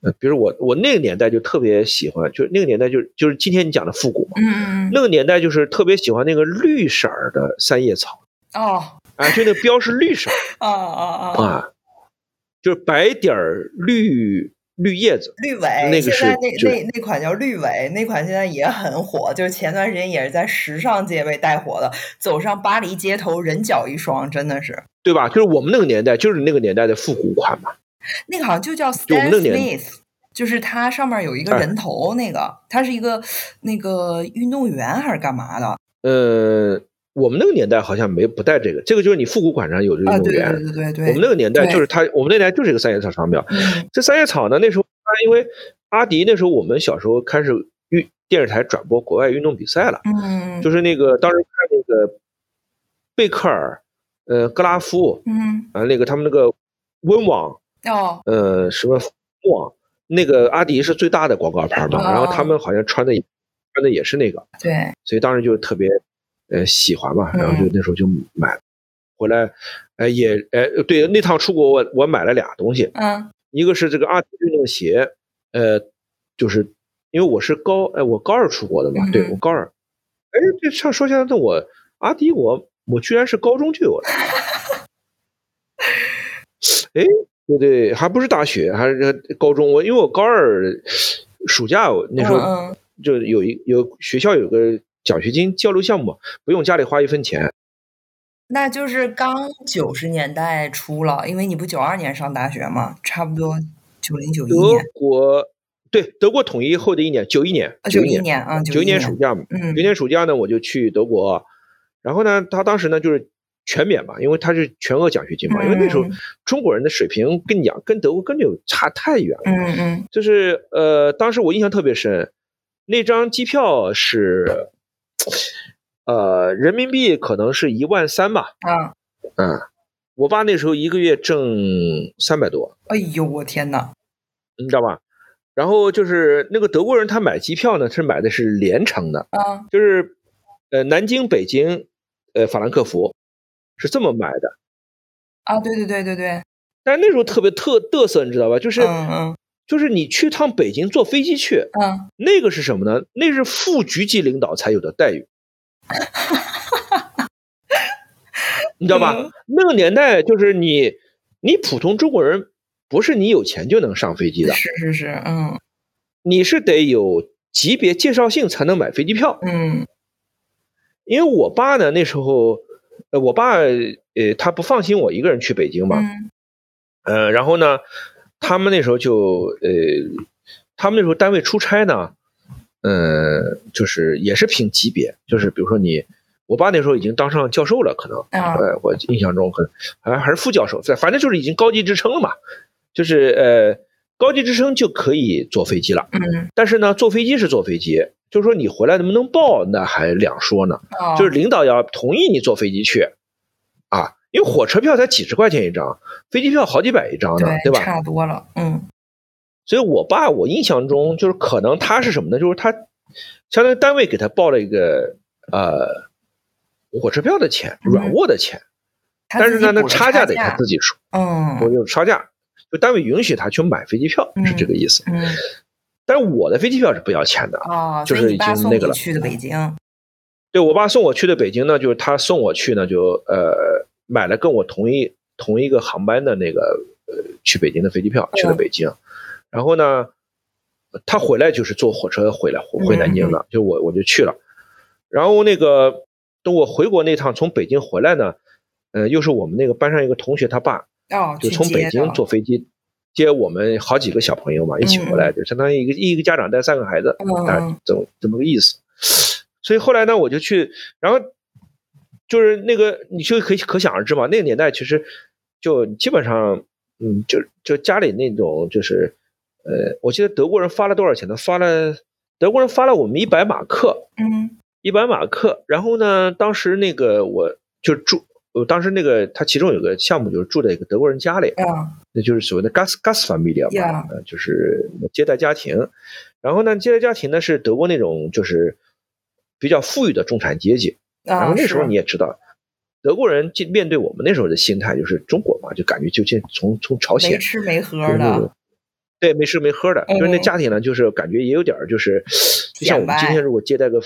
B: 呃，比如我我那个年代就特别喜欢，就是那个年代就是就是今天你讲的复古嘛，
A: 嗯嗯嗯，
B: 那个年代就是特别喜欢那个绿色儿的三叶草，
A: 哦，
B: 啊，就那个标是绿色儿
A: 啊啊啊，
B: 啊，就是白底儿绿绿叶子，
A: 绿尾，
B: 那个
A: 现在
B: 是
A: 那
B: 就是
A: 那那款叫绿尾，那款现在也很火，就是前段时间也是在时尚界被带火的，走上巴黎街头人脚一双，真的是
B: 对吧？就是我们那个年代，就是那个年代的复古款嘛。
A: 那个好像就叫
B: 就我
A: Stan
B: 们那年
A: Smith。就是它上面有一个
B: 哎
A: 人头，那个他是一个那个运动员还是干嘛的？
B: 呃，我们那个年代好像没不带这个，这个就是你复古馆上有这个
A: 啊，
B: 运动
A: 对
B: 员。
A: 对对对对，
B: 我们那个年代
A: 对
B: 就是它，我们那年代就是一个三叶草长苗。
A: 嗯
B: 这三叶草呢，那时候它因为阿迪那时候我们小时候开始运电视台转播国外运动比赛了，
A: 嗯
B: 就是那个当时看那个贝克尔、呃格拉夫
A: 嗯
B: 啊、那个他们那个温网
A: 哦
B: 呃什么网，那个阿迪是最大的广告牌嘛，然后他们好像穿的也穿的也是那个，
A: 对
B: 所以当时就特别呃喜欢嘛，然后就那时候就买回来，呃也呃对，那趟出国我我买了俩东西，
A: 嗯
B: 一个是这个阿迪运动鞋，呃就是因为我是高哎、我高二出国的嘛，
A: 嗯
B: 对我高二，哎这像说下来那我阿迪我我居然是高中就有了，哎对对，还不是大学还是高中，我因为我高二暑假我那时候
A: 嗯
B: 就有一有学校有个奖学金交流项目，不用家里花一分钱。
A: 那就是刚九十年代初了，因为你不九二年上大学嘛，差不多九零九一
B: 德
A: 年
B: 国对德国统一后的一年，九一年，
A: 啊，
B: 九
A: 一
B: 年，
A: 年啊，
B: 九
A: 一
B: 一年暑假嘛，
A: 嗯
B: 九一年暑假呢，我就去德国，然后呢，他当时呢就是全免嘛，因为他是全额奖学金嘛，因为那时候
A: 嗯
B: 中国人的水平跟你讲，跟德国根本就差太远了。
A: 嗯嗯
B: 就是呃，当时我印象特别深，那张机票是呃人民币可能是一万三吧，
A: 啊，
B: 嗯，我爸那时候一个月挣三百多，
A: 哎呦我天呐，
B: 你知道吧？然后就是那个德国人，他买机票呢是买的是连程的，
A: 啊
B: 就是呃南京、北京、呃法兰克福是这么买的。
A: 啊，对对对对对，
B: 但是那时候特别特嘚瑟，你知道吧？就是、
A: 嗯嗯
B: 就是你去趟北京坐飞机去，
A: 嗯，
B: 那个是什么呢？那是副局级领导才有的待遇，你知道吧？
A: 嗯
B: 那个年代就是你，你普通中国人不是你有钱就能上飞机的，
A: 是是是，嗯
B: 你是得有级别介绍信才能买飞机票。
A: 嗯
B: 因为我爸呢那时候，呃，我爸呃他不放心我一个人去北京嘛，
A: 嗯
B: 呃，然后呢，他们那时候就呃，他们那时候单位出差呢，呃，就是也是评级别，就是比如说你，我爸那时候已经当上教授了，可能，
A: 啊
B: 呃，我印象中可能好像还是副教授，反反正就是已经高级职称了嘛，就是呃，高级职称就可以坐飞机了，
A: 嗯，
B: 但是呢，坐飞机是坐飞机，就是说你回来能不能报那还两说呢，
A: 哦
B: 就是领导要同意你坐飞机去，啊，因为火车票才几十块钱一张，飞机票好几百一张呢，
A: 对
B: 对吧？
A: 差多了，嗯
B: 所以我爸，我印象中就是可能他是什么呢？就是他相当于单位给他报了一个呃火车票的钱、
A: 嗯
B: 软卧的钱，
A: 他
B: 但
A: 自
B: 是
A: 己
B: 呢，那
A: 补了
B: 差
A: 差
B: 价得他自己出，我
A: 嗯
B: 就差价，就单位允许他去买飞机票，是这个意思。
A: 嗯
B: 但是我的飞机票是不要钱的。
A: 哦，
B: 就
A: 所以
B: 是
A: 你
B: 已
A: 爸
B: 经
A: 送
B: 那
A: 你
B: 个了
A: 去的北京，
B: 对我爸送我去的北京呢，就是他送我去呢，就呃买了跟我同一同一个航班的那个呃去北京的飞机票，去了北京。然后呢，他回来就是坐火车回来回回南京
A: 嗯
B: 了，就我我就去了。然后那个等我回国那趟从北京回来呢，呃，又是我们那个班上一个同学他爸，
A: 哦，
B: 就
A: 去
B: 从北
A: 接
B: 京
A: 的
B: 坐飞机接我们好几个小朋友嘛，一起回来，就相当于一个一个家长带三个孩子，
A: 嗯
B: 大
A: 嗯
B: 概这么这么个意思。所以后来呢，我就去，然后就是那个，你就可以可想而知嘛，那个年代其实就基本上，嗯，就就家里那种就是，呃，我记得德国人发了多少钱呢？发了德国人发了我们一百马克，
A: 嗯
B: 一百马克。然后呢，当时那个我就住，我当时那个他其中有个项目就是住在一个德国人家里，
A: 啊
B: 那就是所谓的 gas gas family 嘛
A: Yeah
B: 呃就是接待家庭。然后呢，接待家庭呢是德国那种就是比较富裕的中产阶级。然
A: 啊，
B: 后那时候
A: 是
B: 你也知道。德国人就面对我们那时候的心态，就是中国嘛，就感觉就这从从朝鲜
A: 没吃没喝
B: 就是那种
A: 的，
B: 对，没吃没喝的，就是那
A: 嗯
B: 家庭呢，就是感觉也有点儿就是，就像我们今
A: 显摆
B: 天如果接待个，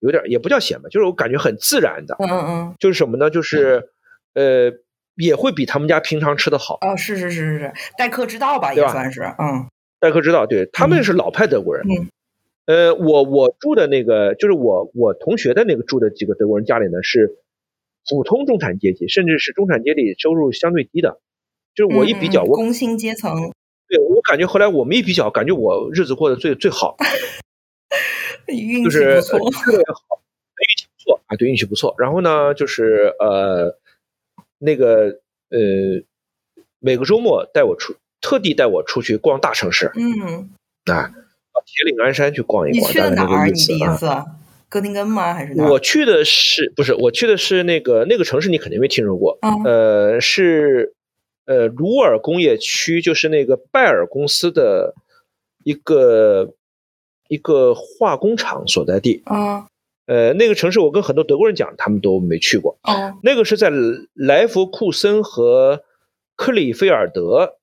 B: 有点儿也不叫显摆，就是我感觉很自然的，
A: 嗯嗯
B: 就是什么呢？就是，呃，也会比他们家平常吃的好。
A: 嗯，哦，是是是是是，待客之道吧，
B: 对
A: 也
B: 吧
A: 算是，嗯
B: 大家可知道，对他
A: 嗯
B: 们是老派德国人。
A: 嗯
B: 呃，我我住的那个，就是我我同学的那个住的几个德国人家里呢，是普通中产阶级，甚至是中产阶级收入相对低的。就是我一比较，
A: 嗯嗯
B: 我
A: 工薪阶层，
B: 对我感觉后来我们一比较，感觉我日子过得最最好。
A: 运
B: 就
A: 气
B: 是
A: 不
B: 呃
A: 错，
B: 吃的也好，运气不错啊，对运气不错。然后呢，就是呃，那个呃，每个周末带我出，特地带我出去逛大城市
A: 嗯，
B: 啊，到铁岭鞍山去逛一
A: 你
B: 逛，
A: 去
B: 大
A: 了
B: 概
A: 哪
B: 那
A: 儿？你
B: 个意
A: 第
B: 思
A: 一
B: 啊。
A: 次哥廷根吗？还是哪儿？
B: 我去的是不是？我去的是那个那个城市，你肯定没听说过。
A: 嗯
B: 呃，是呃鲁尔工业区，就是那个拜耳公司的一个一个化工厂所在地。
A: 嗯
B: 呃，那个城市我跟很多德国人讲，他们都没去过。
A: 哦
B: 那个是在莱佛库森和克里菲尔德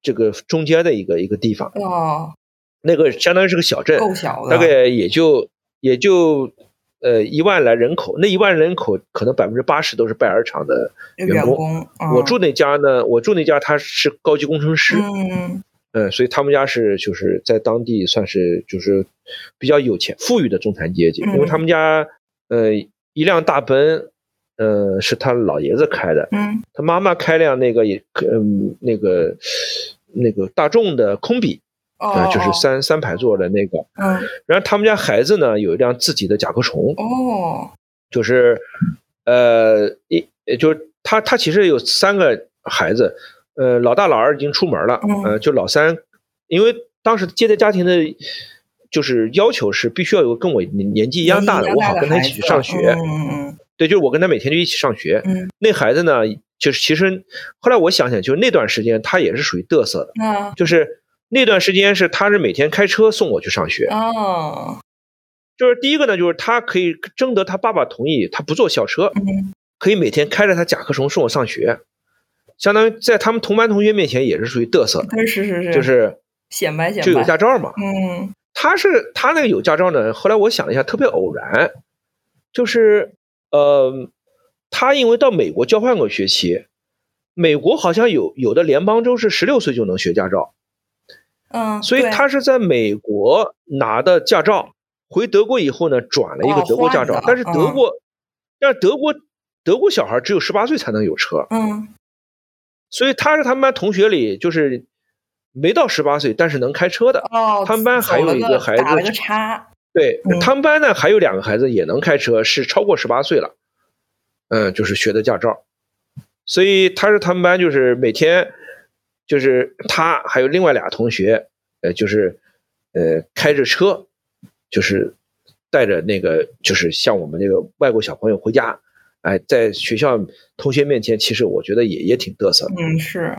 B: 这个中间的一个一个地方，
A: 哦，
B: 那个相当于是个小镇，
A: 够小的，
B: 大概也就也就呃一万来人口，那一万人口可能百分之八十都是拜耳厂的。
A: 有
B: 员
A: 员
B: 工
A: 工。
B: 我
A: 嗯
B: 住那家呢，我住那家他是高级工程师，
A: 嗯
B: 嗯，所以他们家是就是在当地算是就是比较有钱富裕的中产阶级，
A: 嗯
B: 因为他们家呃一辆大奔，呃是他老爷子开的，
A: 嗯
B: 他妈妈开辆那个也嗯那个那个大众的空比
A: 哦
B: 啊、呃就是
A: 哦
B: 三三排座的那个，
A: 嗯
B: 然后他们家孩子呢有一辆自己的甲壳虫，
A: 哦
B: 就是呃一也就是他他其实有三个孩子，呃老大老二已经出门了，
A: 嗯
B: 呃就老三，因为当时接待家庭的，就是要求是必须要有个跟我年年纪一样大的，我好跟他一起去上学，
A: 嗯
B: 对，就是我跟他每天就一起上学。
A: 嗯
B: 那孩子呢，就是其实后来我想想，就是那段时间他也是属于嘚瑟的，
A: 嗯
B: 就是那段时间是他是每天开车送我去上学，
A: 那哦
B: 就是第一个呢，就是他可以征得他爸爸同意，他不坐校车，
A: 嗯 <laughs>
B: 可以每天开着他甲壳虫送我上学，相当于在他们同班同学面前也是属于嘚瑟的，
A: 对是是是，
B: 就是
A: 显摆显摆，
B: 就有驾照嘛。
A: 嗯
B: 他是他那个有驾照呢，后来我想了一下，特别偶然，就是呃，他因为到美国交换过学期，美国好像有有的联邦州是十六岁就能学驾照，
A: 嗯，
B: 所以
A: 对
B: 他是在美国拿的驾照，回德国以后呢，转了一个
A: 哦
B: 德国驾照，
A: 换的
B: 但是德
A: 嗯
B: 国，但是德国德国小孩只有十八岁才能有车，
A: 嗯
B: 所以他是他们班同学里就是没到十八岁，但是能开车的。
A: 哦，
B: 他们班还有
A: 走了
B: 一
A: 个
B: 个孩
A: 打了
B: 子
A: 个叉，
B: 对
A: 嗯，
B: 他们班呢还有两个孩子也能开车，是超过十八岁了，嗯，就是学的驾照，所以他是他们班就是每天就是他还有另外俩同学，呃，就是呃开着车，就是带着那个就是像我们这个外国小朋友回家，哎，在学校同学面前，其实我觉得也也挺嘚瑟的。
A: 嗯是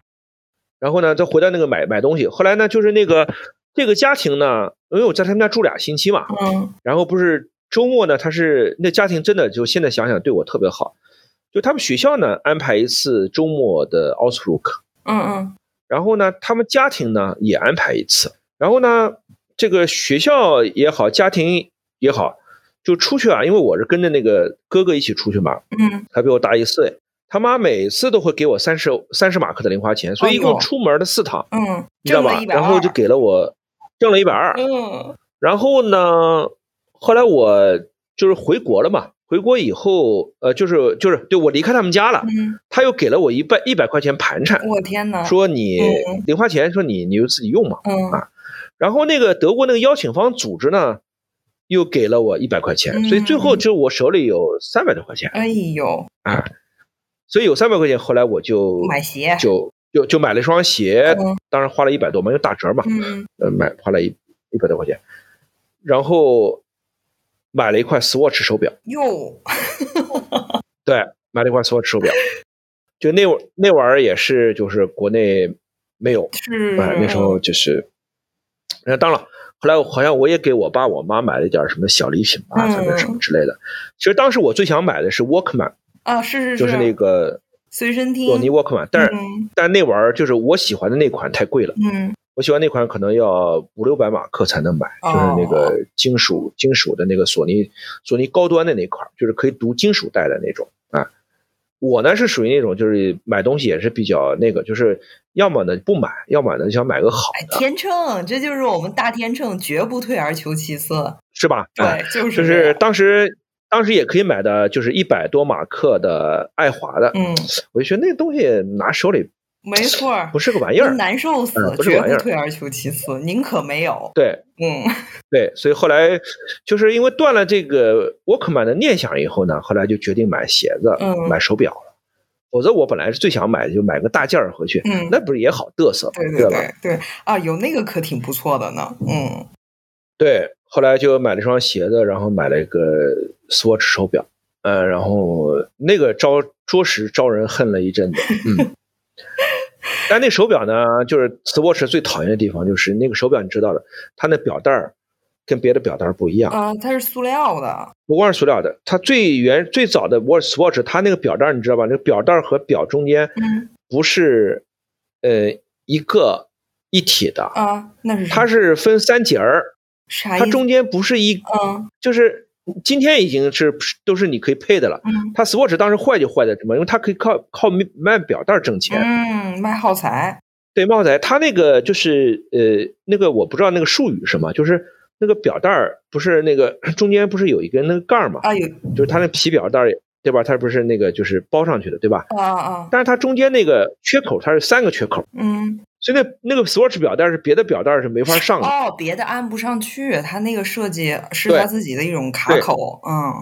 B: 然后呢，再回到那个买买东西，后来呢就是那个这个家庭呢，因为我在他们家住俩星期嘛，
A: 嗯
B: 然后不是周末呢，他是那家庭真的就现在想想对我特别好，就他们学校呢安排一次周末的奥斯陆课，
A: 嗯嗯
B: 然后呢他们家庭呢也安排一次，然后呢这个学校也好，家庭也好，就出去啊，因为我是跟着那个哥哥一起出去嘛，
A: 嗯
B: 他比我大一岁。他妈每次都会给我三十三十马克的零花钱，所以一
A: 哎
B: 共
A: 呦
B: 出门的四趟，
A: 嗯，
B: 你知道
A: 挣了
B: 吧
A: ？120
B: 然后就给了我挣了一百二，
A: 嗯
B: 然后呢，后来我就是回国了嘛，回国以后，呃，就是就是对我离开他们家了，
A: 嗯，
B: 他又给了我一百一百块钱盘缠，
A: 我天呐，
B: 说你
A: 嗯
B: 零花钱，说你你就自己用嘛。
A: 嗯
B: 啊然后那个德国那个邀请方组织呢，又给了我一百块钱，所以最后
A: 嗯
B: 就我手里有三百多块钱，
A: 哎呦，
B: 所以有三百块钱，后来我就
A: 买鞋，
B: 就就就买了一双鞋，
A: 嗯
B: 当然花了一百多嘛，因为打折嘛，
A: 嗯
B: 呃，买花了一一百多块钱，然后买了一块 Swatch 手表，
A: 哟，
B: 对，买了一块 Swatch 手表，就那会儿那玩意儿也是就是国内没有，
A: 是
B: 哎、那时候就是，那当然了，后来我好像我也给我爸我妈买了一点什么小礼品
A: 嗯
B: 吧，反正什么之类的。其实当时我最想买的是 Walkman，
A: 啊是是
B: 就是那个
A: 随身听，
B: 索尼 Walkman，但是、
A: 嗯
B: 但那玩意儿就是我喜欢的那款太贵了。
A: 嗯
B: 我喜欢那款可能要五六百马克才能买，
A: 哦
B: 就是那个金属金属的那个索尼索尼高端的那款，就是可以读金属带的那种啊。我呢是属于那种就是买东西也是比较那个，就是要么呢不买，要么呢想买个好
A: 哎，
B: 的，
A: 天秤，这就是我们大天秤，绝不退而求其次。
B: 是吧？啊，
A: 对，就是这
B: 就是
A: 样
B: 当时当时也可以买的，就是一百多马克的爱华的，
A: 嗯，
B: 我就觉得那东西拿手里
A: 没错儿，
B: 不是个玩意儿。
A: 难受死
B: 嗯，不是
A: 绝
B: 玩意
A: 不
B: 儿
A: 退而求其次，宁可没有。
B: 对
A: 嗯，
B: 对，所以后来就是因为断了这个 Walkman 的念想以后呢，后来就决定买鞋子、
A: 嗯
B: 买手表了。否则我本来是最想买就买个大件儿回去，
A: 嗯
B: 那不是也好嘚瑟吗？
A: 对对
B: 吧？
A: 对对啊，有那个可挺不错的呢。嗯
B: 对，后来就买了一双鞋子，然后买了一个 Swatch 手表，呃，然后那个招着实招人恨了一阵子，嗯。但那手表呢，就是 Swatch 最讨厌的地方就是那个手表，你知道的，它那表带儿跟别的表带儿不一样，
A: 啊，它是塑料的。
B: 不光是塑料的，它最原最早的 Watch Swatch，它那个表带儿你知道吧？那个表带儿和表中间
A: 嗯
B: 不是呃一个一体的，
A: 啊，那是
B: 它是分三节儿，
A: 啥意
B: 它
A: 思？
B: 中间不是一
A: 嗯
B: 就是今天已经是都是你可以配的了。
A: 嗯
B: 它 Swatch 当时坏就坏在什么？因为它可以靠靠卖表带挣钱。
A: 嗯，卖耗材。
B: 对，帽仔，它那个就是呃，那个我不知道那个术语是什么，就是那个表带儿不是那个中间不是有一根那个盖儿嘛？
A: 啊，有
B: 就是它那皮表带儿也对吧？它不是那个就是包上去的对吧？
A: 啊啊，
B: 但是它中间那个缺口它是三个缺口，
A: 嗯，
B: 所以那那个 Swatch 表带是别的表带是没法上的。
A: 哦，别的按不上去，它那个设计是
B: 对
A: 它自己的一种卡
B: 对
A: 口，嗯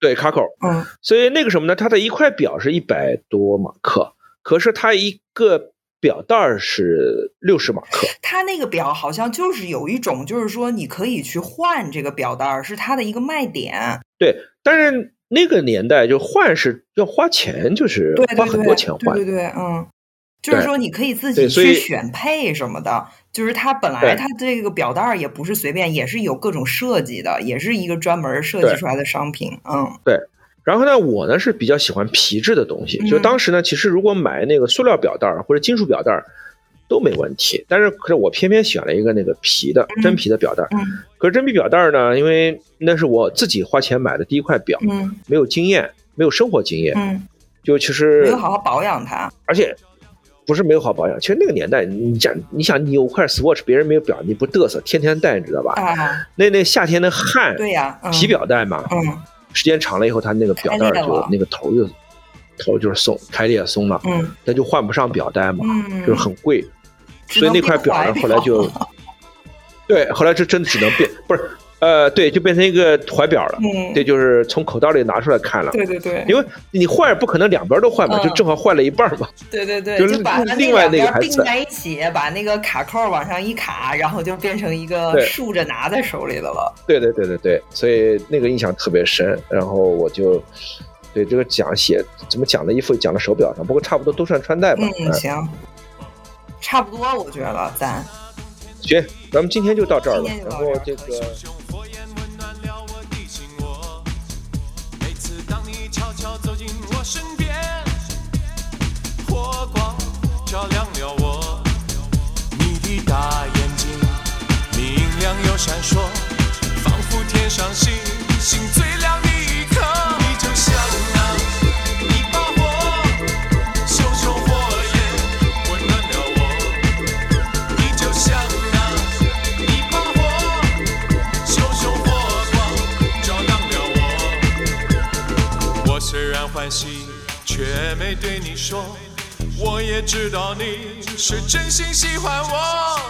B: 对，卡口。
A: 嗯
B: 所以那个什么呢？它的一块表是一百多马克，可是它一个表带儿是六十马克。
A: 它那个表好像就是有一种，就是说你可以去换这个表带儿，是它的一个卖点。
B: 对，但是那个年代就换是要花钱，就是
A: 对对
B: 花
A: 对，
B: 很多钱换。
A: 对对对，嗯，就是
B: 对
A: 说你可以自己
B: 对所
A: 去
B: 以
A: 选配什么的，就是它本来
B: 对
A: 它这个表带儿也不是随便，也是有各种设计的，也是一个专门设计
B: 对
A: 出来的商品。嗯
B: 然后呢，我呢是比较喜欢皮质的东西，就
A: 嗯
B: 当时呢，其实如果买那个塑料表带儿或者金属表带儿都没问题，但是可是我偏偏选了一个那个皮的真皮的表带儿。
A: 嗯
B: 可是真皮表带儿呢，因为那是我自己花钱买的第一块表，
A: 嗯
B: 没有经验，没有生活经验，
A: 嗯，
B: 就其
A: 没
B: 实
A: 有好好保养它。
B: 而且不是没有好保养。其实那个年代，你讲，你想你有块 Swatch，别人没有表，你不嘚瑟，天天戴，你知道吧？
A: 啊，
B: 那那夏天的汗，
A: 对呀、嗯，
B: 皮，表带嘛，
A: 嗯
B: 时间长了以后，它那个表
A: 开
B: 带
A: 裂
B: 儿
A: 了
B: 就那个头就头就是松开裂松了，
A: 嗯
B: 那就换不上表带嘛，
A: 嗯，
B: 就是很贵，
A: 只
B: 所以
A: 能变
B: 那块表
A: 怀
B: 呢，后来就
A: <laughs> 表
B: 对，后来就真的只能变不是呃，对，就变成一个怀表了，
A: 嗯，
B: 对，就是从口袋里拿出来看了。
A: 对对对
B: 因为你换不可能两边都换嘛，
A: 嗯
B: 就正好换了一半嘛。 <laughs>
A: 对对对，
B: 就是
A: 把它
B: 另外那个
A: 两边
B: 牌
A: 并
B: 子
A: 在一起，把那个卡扣往上一卡，然后就变成一个
B: 对
A: 竖着拿在手里的了。
B: 对对对对对，所以那个印象特别深。然后我就对这个讲写怎么讲的衣服讲到手表上，不过差不多都算穿戴吧。
A: 嗯，行，差不多，我觉得咱
B: 行，咱们今天就到这儿了
A: 今天。就
B: 然
A: 到
B: 后
A: 这
B: 这
A: 儿
B: 个。
C: 熊火焰温暖了我的心窝。每次当你悄悄走进我身边，火光照亮了我。你的大眼睛明亮又闪烁，仿佛天上星星最亮的一颗。你就像那一把火，熊熊火焰温暖了我。你就像那一把火。熊熊火光照亮了我。我虽然欢喜，却没对你说，我也知道你是真心喜欢我。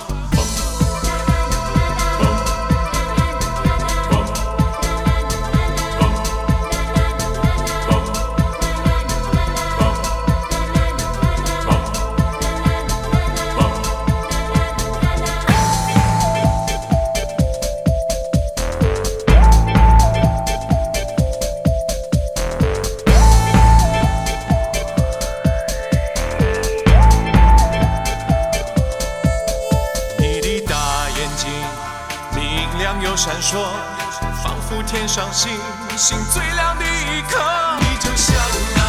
C: 你的大眼睛明亮又闪烁，仿佛天上星星最亮的一颗。你就像那